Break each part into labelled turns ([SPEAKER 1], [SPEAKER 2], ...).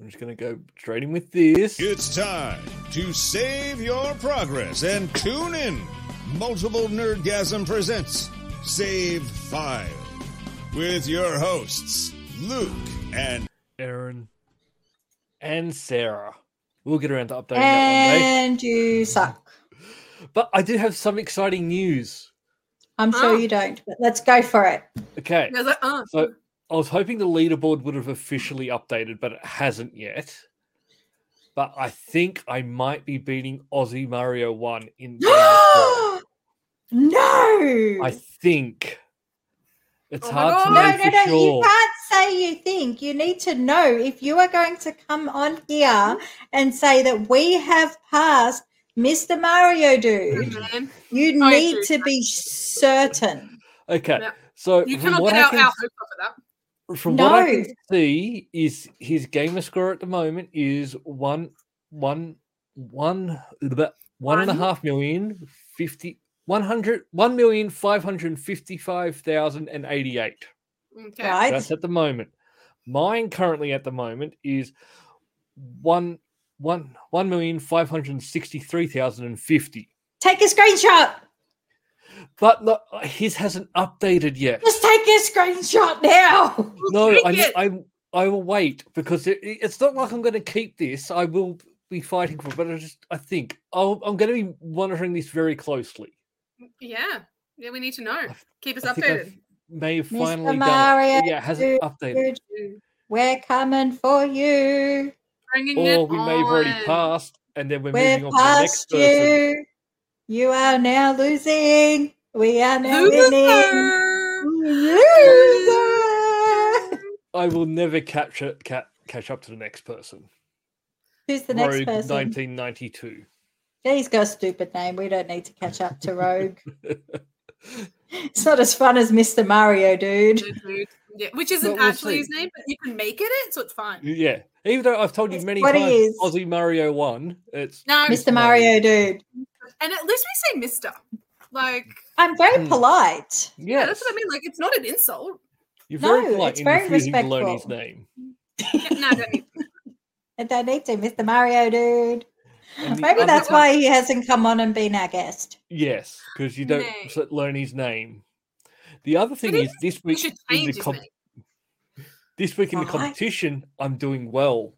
[SPEAKER 1] I'm just going to go straight in with this.
[SPEAKER 2] It's time to save your progress and tune in. Multiple Nerdgasm presents Save File with your hosts, Luke and
[SPEAKER 1] Aaron and Sarah. We'll get around to updating that one day.
[SPEAKER 3] And you suck.
[SPEAKER 4] Eh.
[SPEAKER 1] But I do have some exciting news.
[SPEAKER 3] I'm sure
[SPEAKER 4] Ah.
[SPEAKER 3] you don't, but let's go for it.
[SPEAKER 1] Okay.
[SPEAKER 4] And I was like, oh,
[SPEAKER 1] So I was hoping the leaderboard would have officially updated, but it hasn't yet. But I think I might be beating Aussie Mario 1 in. Game of Thrones.
[SPEAKER 3] no! No,
[SPEAKER 1] I think. It's
[SPEAKER 4] Oh my
[SPEAKER 1] hard to know
[SPEAKER 4] God.
[SPEAKER 1] for
[SPEAKER 3] no, no.
[SPEAKER 1] sure.
[SPEAKER 3] You can't say you think. You need to know if you are going to come on here and say that we have passed Mr. Mario Dude.
[SPEAKER 1] Mm.
[SPEAKER 4] man.
[SPEAKER 3] You
[SPEAKER 4] I
[SPEAKER 3] need
[SPEAKER 4] agree.
[SPEAKER 3] to be certain.
[SPEAKER 1] Okay,
[SPEAKER 4] Yeah.
[SPEAKER 1] so
[SPEAKER 4] You
[SPEAKER 1] from
[SPEAKER 4] cannot
[SPEAKER 1] what
[SPEAKER 4] get
[SPEAKER 1] I
[SPEAKER 4] out
[SPEAKER 1] can,
[SPEAKER 4] our hopes up
[SPEAKER 1] from what I
[SPEAKER 3] No.
[SPEAKER 1] can see is his gamer score at the moment is one, one, one, bleh, one and a
[SPEAKER 4] One?
[SPEAKER 1] half million fifty. 100 1,555,088.
[SPEAKER 4] at that. Okay.
[SPEAKER 3] Right?
[SPEAKER 1] That's at the moment. Mine currently at the moment is 1 1 1,563,050.
[SPEAKER 3] Take a screenshot.
[SPEAKER 1] But look, his hasn't updated yet.
[SPEAKER 3] Just take a screenshot now.
[SPEAKER 1] No,
[SPEAKER 4] Take
[SPEAKER 1] I, ne-
[SPEAKER 4] it.
[SPEAKER 1] I I will wait because it, it- it's not like I'm going to keep this. I will be fighting for, it, but I just I think I'll, I'm going to be monitoring this very closely.
[SPEAKER 4] Yeah. Yeah, we need to know. Keep us
[SPEAKER 1] I think I've
[SPEAKER 4] updated.
[SPEAKER 1] May have
[SPEAKER 3] Mr.
[SPEAKER 1] finally done it.
[SPEAKER 3] Mario,
[SPEAKER 1] but Yeah, it hasn't updated,
[SPEAKER 3] Dude, we're coming for you.
[SPEAKER 4] Bringing it
[SPEAKER 1] or we may have already
[SPEAKER 4] on.
[SPEAKER 1] passed, and then we're
[SPEAKER 3] We're
[SPEAKER 1] moving on to the next
[SPEAKER 3] past
[SPEAKER 1] person.
[SPEAKER 3] you. You are now losing. We are now winning.
[SPEAKER 4] Loser!
[SPEAKER 3] Loser.
[SPEAKER 1] I will never catch it, ca- catch up to the next person.
[SPEAKER 3] Who's the next
[SPEAKER 1] Rogue
[SPEAKER 3] person?
[SPEAKER 1] 1992.
[SPEAKER 3] He's got a stupid name. We don't need to catch up to Rogue. it's not as fun as Mr. Mario, dude.
[SPEAKER 4] Yeah, which isn't
[SPEAKER 1] But we'll
[SPEAKER 4] actually
[SPEAKER 1] see. Mm.
[SPEAKER 4] his name, but you can make it it, so it's fine.
[SPEAKER 1] Yeah, even though I've told you
[SPEAKER 3] It's
[SPEAKER 1] many
[SPEAKER 3] what it
[SPEAKER 1] times,
[SPEAKER 3] is.
[SPEAKER 1] Aussie Mario one. It's
[SPEAKER 4] No,
[SPEAKER 3] Mr. Mario, dude.
[SPEAKER 4] and at least we say Mister. Like
[SPEAKER 3] I'm very
[SPEAKER 1] Hmm.
[SPEAKER 3] polite.
[SPEAKER 4] yeah,
[SPEAKER 1] yes,
[SPEAKER 4] that's what I mean. Like it's not an insult.
[SPEAKER 1] You're
[SPEAKER 3] No,
[SPEAKER 1] very polite
[SPEAKER 3] it's
[SPEAKER 1] in
[SPEAKER 3] very
[SPEAKER 1] refusing to learn his
[SPEAKER 3] respectful.
[SPEAKER 1] name.
[SPEAKER 4] Yeah, no, I don't need-
[SPEAKER 3] I don't need to, Mr. Mario, dude.
[SPEAKER 1] And the
[SPEAKER 3] Maybe
[SPEAKER 1] other
[SPEAKER 3] that's
[SPEAKER 1] one-
[SPEAKER 3] why he hasn't come on and been our guest.
[SPEAKER 1] Yes, because you don't
[SPEAKER 4] Nay.
[SPEAKER 1] s- learn his name. The other thing
[SPEAKER 4] he
[SPEAKER 1] is this
[SPEAKER 4] we
[SPEAKER 1] week
[SPEAKER 4] should
[SPEAKER 1] in the
[SPEAKER 4] change his
[SPEAKER 1] comp-
[SPEAKER 4] name.
[SPEAKER 1] this week in the
[SPEAKER 3] Right.
[SPEAKER 1] competition, I'm doing well.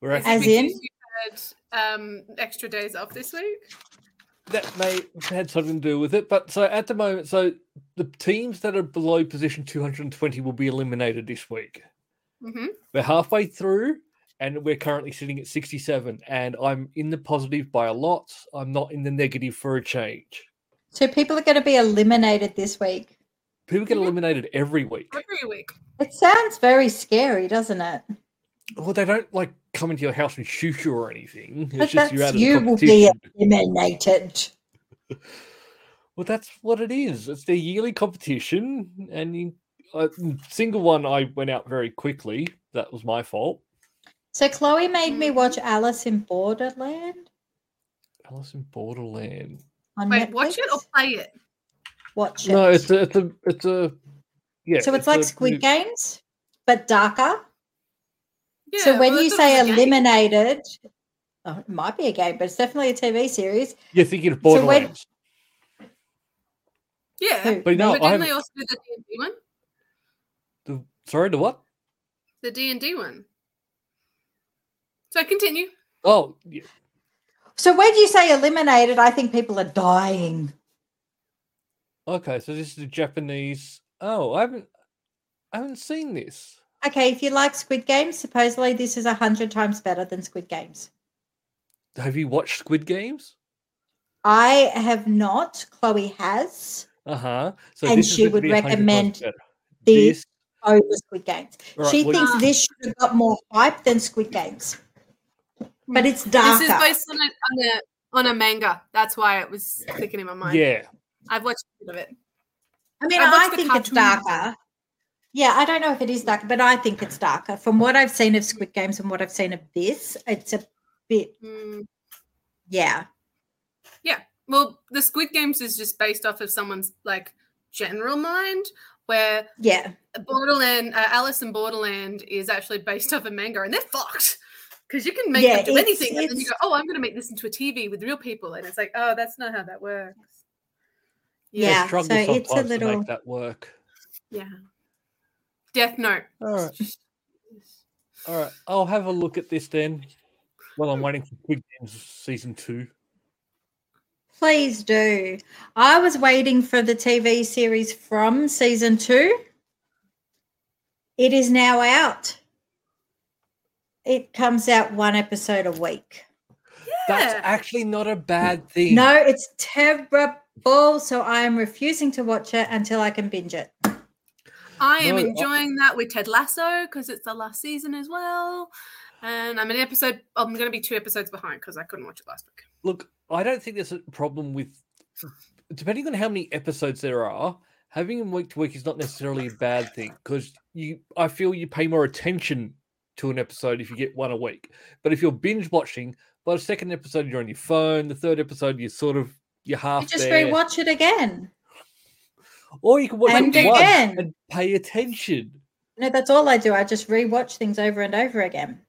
[SPEAKER 1] Whereas
[SPEAKER 3] As
[SPEAKER 4] Because
[SPEAKER 3] in?
[SPEAKER 4] you had um, extra days off this week.
[SPEAKER 1] that may have had something to do with it. But so at the moment, so the teams that are below position 220 will be eliminated this week.
[SPEAKER 4] hmm
[SPEAKER 1] We're halfway through, and we're currently sitting at 67. And I'm in the positive by a lot. I'm not in the negative for a change.
[SPEAKER 3] So people are going to be eliminated this week.
[SPEAKER 1] People get
[SPEAKER 4] Mhm.
[SPEAKER 1] eliminated every week.
[SPEAKER 4] Every week.
[SPEAKER 3] It sounds very scary, doesn't it?
[SPEAKER 1] Well, they don't like come into your house and shoot you or anything. It's
[SPEAKER 3] But
[SPEAKER 1] just you're out
[SPEAKER 3] that's
[SPEAKER 1] of the
[SPEAKER 3] you will be
[SPEAKER 1] competition.
[SPEAKER 3] eliminated.
[SPEAKER 1] Well, that's what it is. It's their yearly competition, and you, uh, single one I went out very quickly. That was my fault.
[SPEAKER 3] So Chloe made
[SPEAKER 1] Mm.
[SPEAKER 3] me watch Alice in Borderland
[SPEAKER 1] Alice in Borderland.
[SPEAKER 3] on
[SPEAKER 4] Wait, watch it
[SPEAKER 3] Netflix.
[SPEAKER 4] or play it.
[SPEAKER 3] Watch it.
[SPEAKER 1] No, it's a, it's a, it's a, yeah.
[SPEAKER 3] so it's like
[SPEAKER 1] a
[SPEAKER 3] Squid
[SPEAKER 1] new-
[SPEAKER 3] Games, but darker.
[SPEAKER 4] Yeah,
[SPEAKER 3] so when
[SPEAKER 4] well,
[SPEAKER 3] you
[SPEAKER 4] that's not
[SPEAKER 3] say
[SPEAKER 4] really a game.
[SPEAKER 3] eliminated, oh, it might be a game, but it's definitely a TV series.
[SPEAKER 1] You're thinking of
[SPEAKER 3] So when-
[SPEAKER 1] Borderlands,
[SPEAKER 4] yeah.
[SPEAKER 3] Who-
[SPEAKER 1] but no,
[SPEAKER 4] but
[SPEAKER 1] I
[SPEAKER 4] didn't
[SPEAKER 1] haven't.
[SPEAKER 4] they also do the D and D one?
[SPEAKER 1] the- sorry, the what?
[SPEAKER 4] The D and D one. So continue.
[SPEAKER 1] Oh, yeah,
[SPEAKER 3] So when you say eliminated, I think people are dying.
[SPEAKER 1] okay. So this is a Japanese. Oh, I haven't, I haven't seen this.
[SPEAKER 3] Okay, if you like Squid Games, supposedly this is a hundred times better than Squid Games.
[SPEAKER 1] Have you watched Squid Games?
[SPEAKER 3] I have not. Chloe has
[SPEAKER 1] Uh huh. So
[SPEAKER 3] And
[SPEAKER 1] this is
[SPEAKER 3] she
[SPEAKER 1] meant to
[SPEAKER 3] would
[SPEAKER 1] be 100 times
[SPEAKER 3] recommend
[SPEAKER 1] better.
[SPEAKER 3] the
[SPEAKER 1] this.
[SPEAKER 3] over Squid Games.
[SPEAKER 1] All right,
[SPEAKER 3] she
[SPEAKER 1] well,
[SPEAKER 3] thinks
[SPEAKER 4] Ah.
[SPEAKER 3] this should have got more hype than Squid Games, but
[SPEAKER 4] Hmm.
[SPEAKER 3] it's darker.
[SPEAKER 4] This is based on a, on a on a manga. That's why it was clicking in my mind.
[SPEAKER 1] Yeah,
[SPEAKER 4] I've watched a bit of it.
[SPEAKER 3] I mean,
[SPEAKER 4] I
[SPEAKER 3] I,
[SPEAKER 4] watched uh, the
[SPEAKER 3] think it's
[SPEAKER 4] cartoons.
[SPEAKER 3] darker. Yeah, I don't know if it is darker, but I think it's darker. From what I've seen of Squid Games and what I've seen of this, it's a bit,
[SPEAKER 4] Mm.
[SPEAKER 3] yeah.
[SPEAKER 4] Well, the Squid Games is just based off of someone's like general mind where
[SPEAKER 3] Yeah.
[SPEAKER 4] Borderland, uh, Alice in Borderland is actually based off a manga, and they're fucked because you can make
[SPEAKER 3] Yeah,
[SPEAKER 4] them do
[SPEAKER 3] it's-
[SPEAKER 4] anything, and then you
[SPEAKER 3] it's-
[SPEAKER 4] go, "Oh, I'm going to make this into a TV with real people," and it's like, "Oh, that's not how that works."
[SPEAKER 1] They
[SPEAKER 3] Yeah,
[SPEAKER 1] struggle
[SPEAKER 3] so it's a
[SPEAKER 1] sometimes to
[SPEAKER 3] little-
[SPEAKER 1] make that work.
[SPEAKER 4] yeah. Death Note.
[SPEAKER 1] All right. All right. I'll have a look at this then while I'm waiting for Quick Games season two.
[SPEAKER 3] Please do. I was waiting for the TV series from season two. It is now out. It comes out one episode a week.
[SPEAKER 4] Yeah.
[SPEAKER 1] That's actually not a bad thing.
[SPEAKER 3] No, it's terrible. So I am refusing to watch it until I can binge it.
[SPEAKER 4] I am
[SPEAKER 1] No, I-
[SPEAKER 4] enjoying that with Ted Lasso because it's the last season as well, and I'm an episode. I'm going to be two episodes behind because I couldn't watch it last week.
[SPEAKER 1] Look, I don't think there's a problem with depending on how many episodes there are. Having them week to week is not necessarily a bad thing because you, I feel you pay more attention to an episode if you get one a week. But if you're binge watching, by the second episode you're on your phone, the third episode you're sort of you're half
[SPEAKER 3] You just
[SPEAKER 1] there,
[SPEAKER 3] rewatch it again.
[SPEAKER 1] or you can watch
[SPEAKER 3] and
[SPEAKER 1] it once
[SPEAKER 3] again.
[SPEAKER 1] and pay attention.
[SPEAKER 3] No, that's all I do. I just rewatch things over and over again.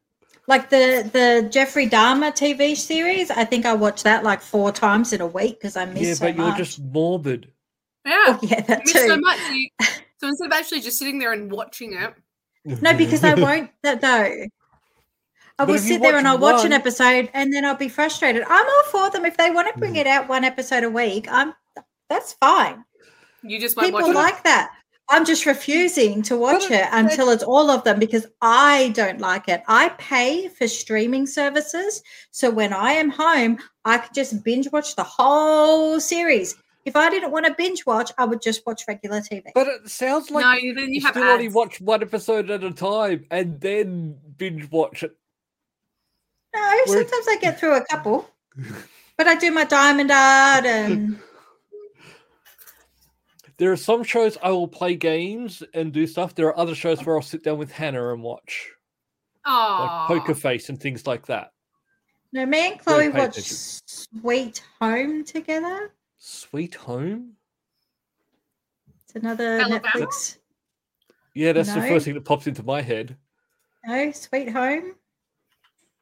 [SPEAKER 3] Like the the Jeffrey Dahmer TV series, I think I watched that like four times in a week because I missed
[SPEAKER 1] Yeah,
[SPEAKER 3] so
[SPEAKER 1] but you're
[SPEAKER 3] much.
[SPEAKER 1] just morbid.
[SPEAKER 4] Yeah,
[SPEAKER 3] Oh, yeah,
[SPEAKER 4] I
[SPEAKER 3] that
[SPEAKER 4] missed so
[SPEAKER 3] too.
[SPEAKER 4] much. You- So instead of actually just sitting there and watching it,
[SPEAKER 3] No, because I won't that though. I
[SPEAKER 1] But
[SPEAKER 3] will
[SPEAKER 1] if you
[SPEAKER 3] sit there and
[SPEAKER 1] watch
[SPEAKER 3] I'll watch
[SPEAKER 1] one-
[SPEAKER 3] an episode and then I'll be frustrated. I'm all for them if they want to
[SPEAKER 1] Hmm.
[SPEAKER 3] bring it out one episode a week. I'm that's fine.
[SPEAKER 4] you just won't
[SPEAKER 3] People
[SPEAKER 4] watch
[SPEAKER 3] like that. I'm just refusing to watch it until it's all of them because I don't like it. I pay for streaming services. So when I am home, I could just binge watch the whole series. If I didn't want to binge watch, I would just watch regular TV.
[SPEAKER 1] But it sounds
[SPEAKER 4] it.
[SPEAKER 1] like
[SPEAKER 4] no, you- then you
[SPEAKER 1] you
[SPEAKER 4] have
[SPEAKER 1] still only
[SPEAKER 4] ads.
[SPEAKER 1] watch one episode at a time and then binge watch it.
[SPEAKER 3] No,
[SPEAKER 1] Where-
[SPEAKER 3] sometimes I get through a couple, but I do my diamond art and
[SPEAKER 1] There are some shows I will play games and do stuff. There are other shows where I'll sit down with Hannah and watch, like
[SPEAKER 4] Aw.
[SPEAKER 1] Poker Face and things like that.
[SPEAKER 3] no. Me and Chloe
[SPEAKER 1] pay
[SPEAKER 3] watch
[SPEAKER 1] attention.
[SPEAKER 3] Sweet Home together.
[SPEAKER 1] Sweet Home?
[SPEAKER 3] It's another
[SPEAKER 4] Alabama?
[SPEAKER 3] Netflix.
[SPEAKER 1] Yeah, that's the
[SPEAKER 3] No.
[SPEAKER 1] first thing that pops into my head.
[SPEAKER 3] No, Sweet Home.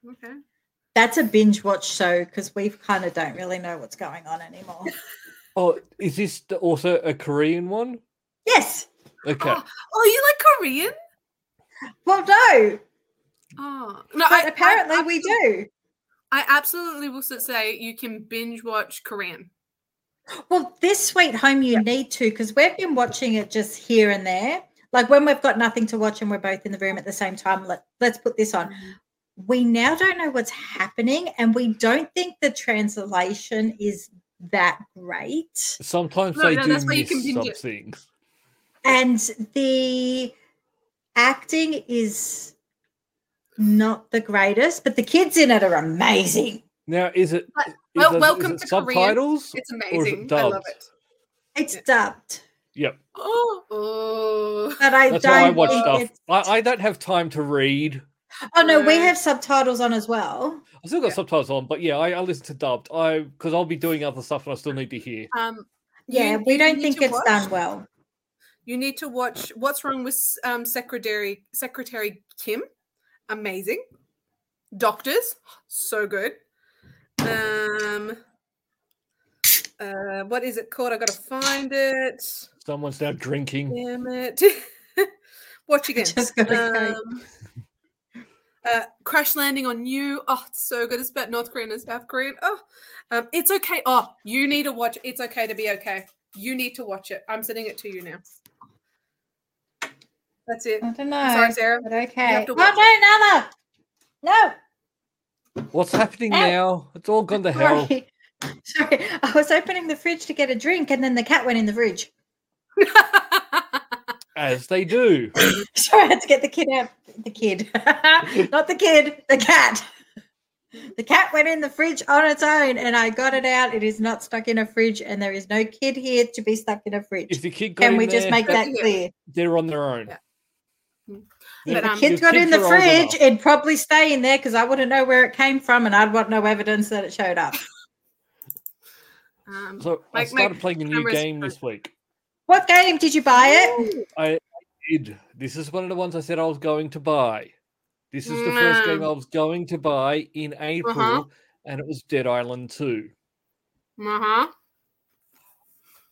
[SPEAKER 4] Okay.
[SPEAKER 3] That's a binge watch show because we kind of don't really know what's going on anymore.
[SPEAKER 1] Oh, is this the- also a Korean one?
[SPEAKER 3] yes.
[SPEAKER 1] Okay.
[SPEAKER 4] Oh, oh, you like Korean?
[SPEAKER 3] Well, no,
[SPEAKER 4] Oh no,
[SPEAKER 3] but apparently we
[SPEAKER 4] absolutely-
[SPEAKER 3] do.
[SPEAKER 4] I absolutely will s- say you can binge watch Korean.
[SPEAKER 3] Well, this Sweet Home you need to because we've been watching it just here and there. Like when we've got nothing to watch and we're both in the room at the same time, let, let's put this on. we now don't know what's happening and we don't think the translation is that great
[SPEAKER 1] Sometimes
[SPEAKER 4] No,
[SPEAKER 1] they
[SPEAKER 4] no,
[SPEAKER 1] do
[SPEAKER 4] that's why you
[SPEAKER 1] miss
[SPEAKER 4] can binge
[SPEAKER 1] some
[SPEAKER 4] it.
[SPEAKER 1] things.
[SPEAKER 3] and the acting is not the greatest but the kids in it are amazing
[SPEAKER 1] Now, is it,
[SPEAKER 4] But-
[SPEAKER 1] is
[SPEAKER 4] well,
[SPEAKER 1] it- is
[SPEAKER 4] welcome
[SPEAKER 1] it
[SPEAKER 4] to Korean.
[SPEAKER 1] subtitles?
[SPEAKER 4] It's
[SPEAKER 1] it
[SPEAKER 4] amazing. I love
[SPEAKER 1] dubbed?
[SPEAKER 4] it.
[SPEAKER 3] it's
[SPEAKER 4] Yeah.
[SPEAKER 3] dubbed
[SPEAKER 1] Yep.
[SPEAKER 4] Oh, oh.
[SPEAKER 3] but i
[SPEAKER 1] That's
[SPEAKER 3] don't
[SPEAKER 1] why I watch
[SPEAKER 3] think
[SPEAKER 1] stuff.
[SPEAKER 3] it's-
[SPEAKER 1] I, I don't have time to read.
[SPEAKER 3] oh no we
[SPEAKER 4] No.
[SPEAKER 3] have subtitles on as well
[SPEAKER 1] I've still got
[SPEAKER 4] Yeah.
[SPEAKER 1] subtitles on, but yeah, I, I listen to dubbed. I because I'll be doing other stuff and I still need to hear.
[SPEAKER 4] Um, you-
[SPEAKER 3] yeah we
[SPEAKER 4] you
[SPEAKER 3] don't
[SPEAKER 4] need
[SPEAKER 3] think
[SPEAKER 4] to
[SPEAKER 3] it's
[SPEAKER 4] watch-
[SPEAKER 3] done well
[SPEAKER 4] You need to watch What's Wrong with um, Secretary Secretary Kim. Amazing. Doctors, so good. Um, uh, what is it called? I gotta find it.
[SPEAKER 1] Someone's now drinking.
[SPEAKER 4] Damn it. Watch again.
[SPEAKER 3] Just gotta go.
[SPEAKER 4] Um, uh, crash landing on you. Oh, it's so good. It's about North Korea and South Korea. Oh, um, it's okay. Oh, you need to watch. It's okay to be okay. You need to watch it. I'm sending it to you now. That's it.
[SPEAKER 3] i don't know
[SPEAKER 4] Sorry, Sarah.
[SPEAKER 3] but okay
[SPEAKER 4] to
[SPEAKER 3] oh
[SPEAKER 4] watch
[SPEAKER 3] no nana no
[SPEAKER 1] What's happening
[SPEAKER 3] Ow.
[SPEAKER 1] now? It's all gone to hell.
[SPEAKER 3] Eh, Sorry. Sorry, I was opening the fridge to get a drink, and then the cat went in the fridge.
[SPEAKER 1] As they do.
[SPEAKER 3] Sorry, I had to get the kid out. The kid, not the kid, the cat. The cat went in the fridge on its own, and I got it out. It is not stuck in a fridge, and there is no kid here to be stuck in a
[SPEAKER 1] If
[SPEAKER 3] fridge.
[SPEAKER 1] the kid got
[SPEAKER 3] Can
[SPEAKER 1] in
[SPEAKER 3] we just
[SPEAKER 1] there,
[SPEAKER 3] make that
[SPEAKER 4] Yeah.
[SPEAKER 3] clear?
[SPEAKER 1] they're on their own.
[SPEAKER 4] Yeah. Mm.
[SPEAKER 1] They're-
[SPEAKER 3] The
[SPEAKER 4] But, um,
[SPEAKER 1] your
[SPEAKER 3] kid got in
[SPEAKER 1] kids
[SPEAKER 3] the
[SPEAKER 1] are old enough.
[SPEAKER 3] fridge, it'd probably stay in there because I wouldn't know where it came from, and I'd want no evidence that it showed up.
[SPEAKER 4] um,
[SPEAKER 1] So I
[SPEAKER 4] Like, my Um,
[SPEAKER 1] started playing a new
[SPEAKER 4] camera's
[SPEAKER 1] game
[SPEAKER 4] fine.
[SPEAKER 1] this week.
[SPEAKER 3] What game did you buy
[SPEAKER 1] Oh,
[SPEAKER 3] it?
[SPEAKER 1] I did. This is one of the ones I said I was going to buy. This is the first
[SPEAKER 3] Mm.
[SPEAKER 1] game I was going to buy in
[SPEAKER 3] Uh-huh.
[SPEAKER 1] April, and it was Dead Island 2.
[SPEAKER 4] Uh huh.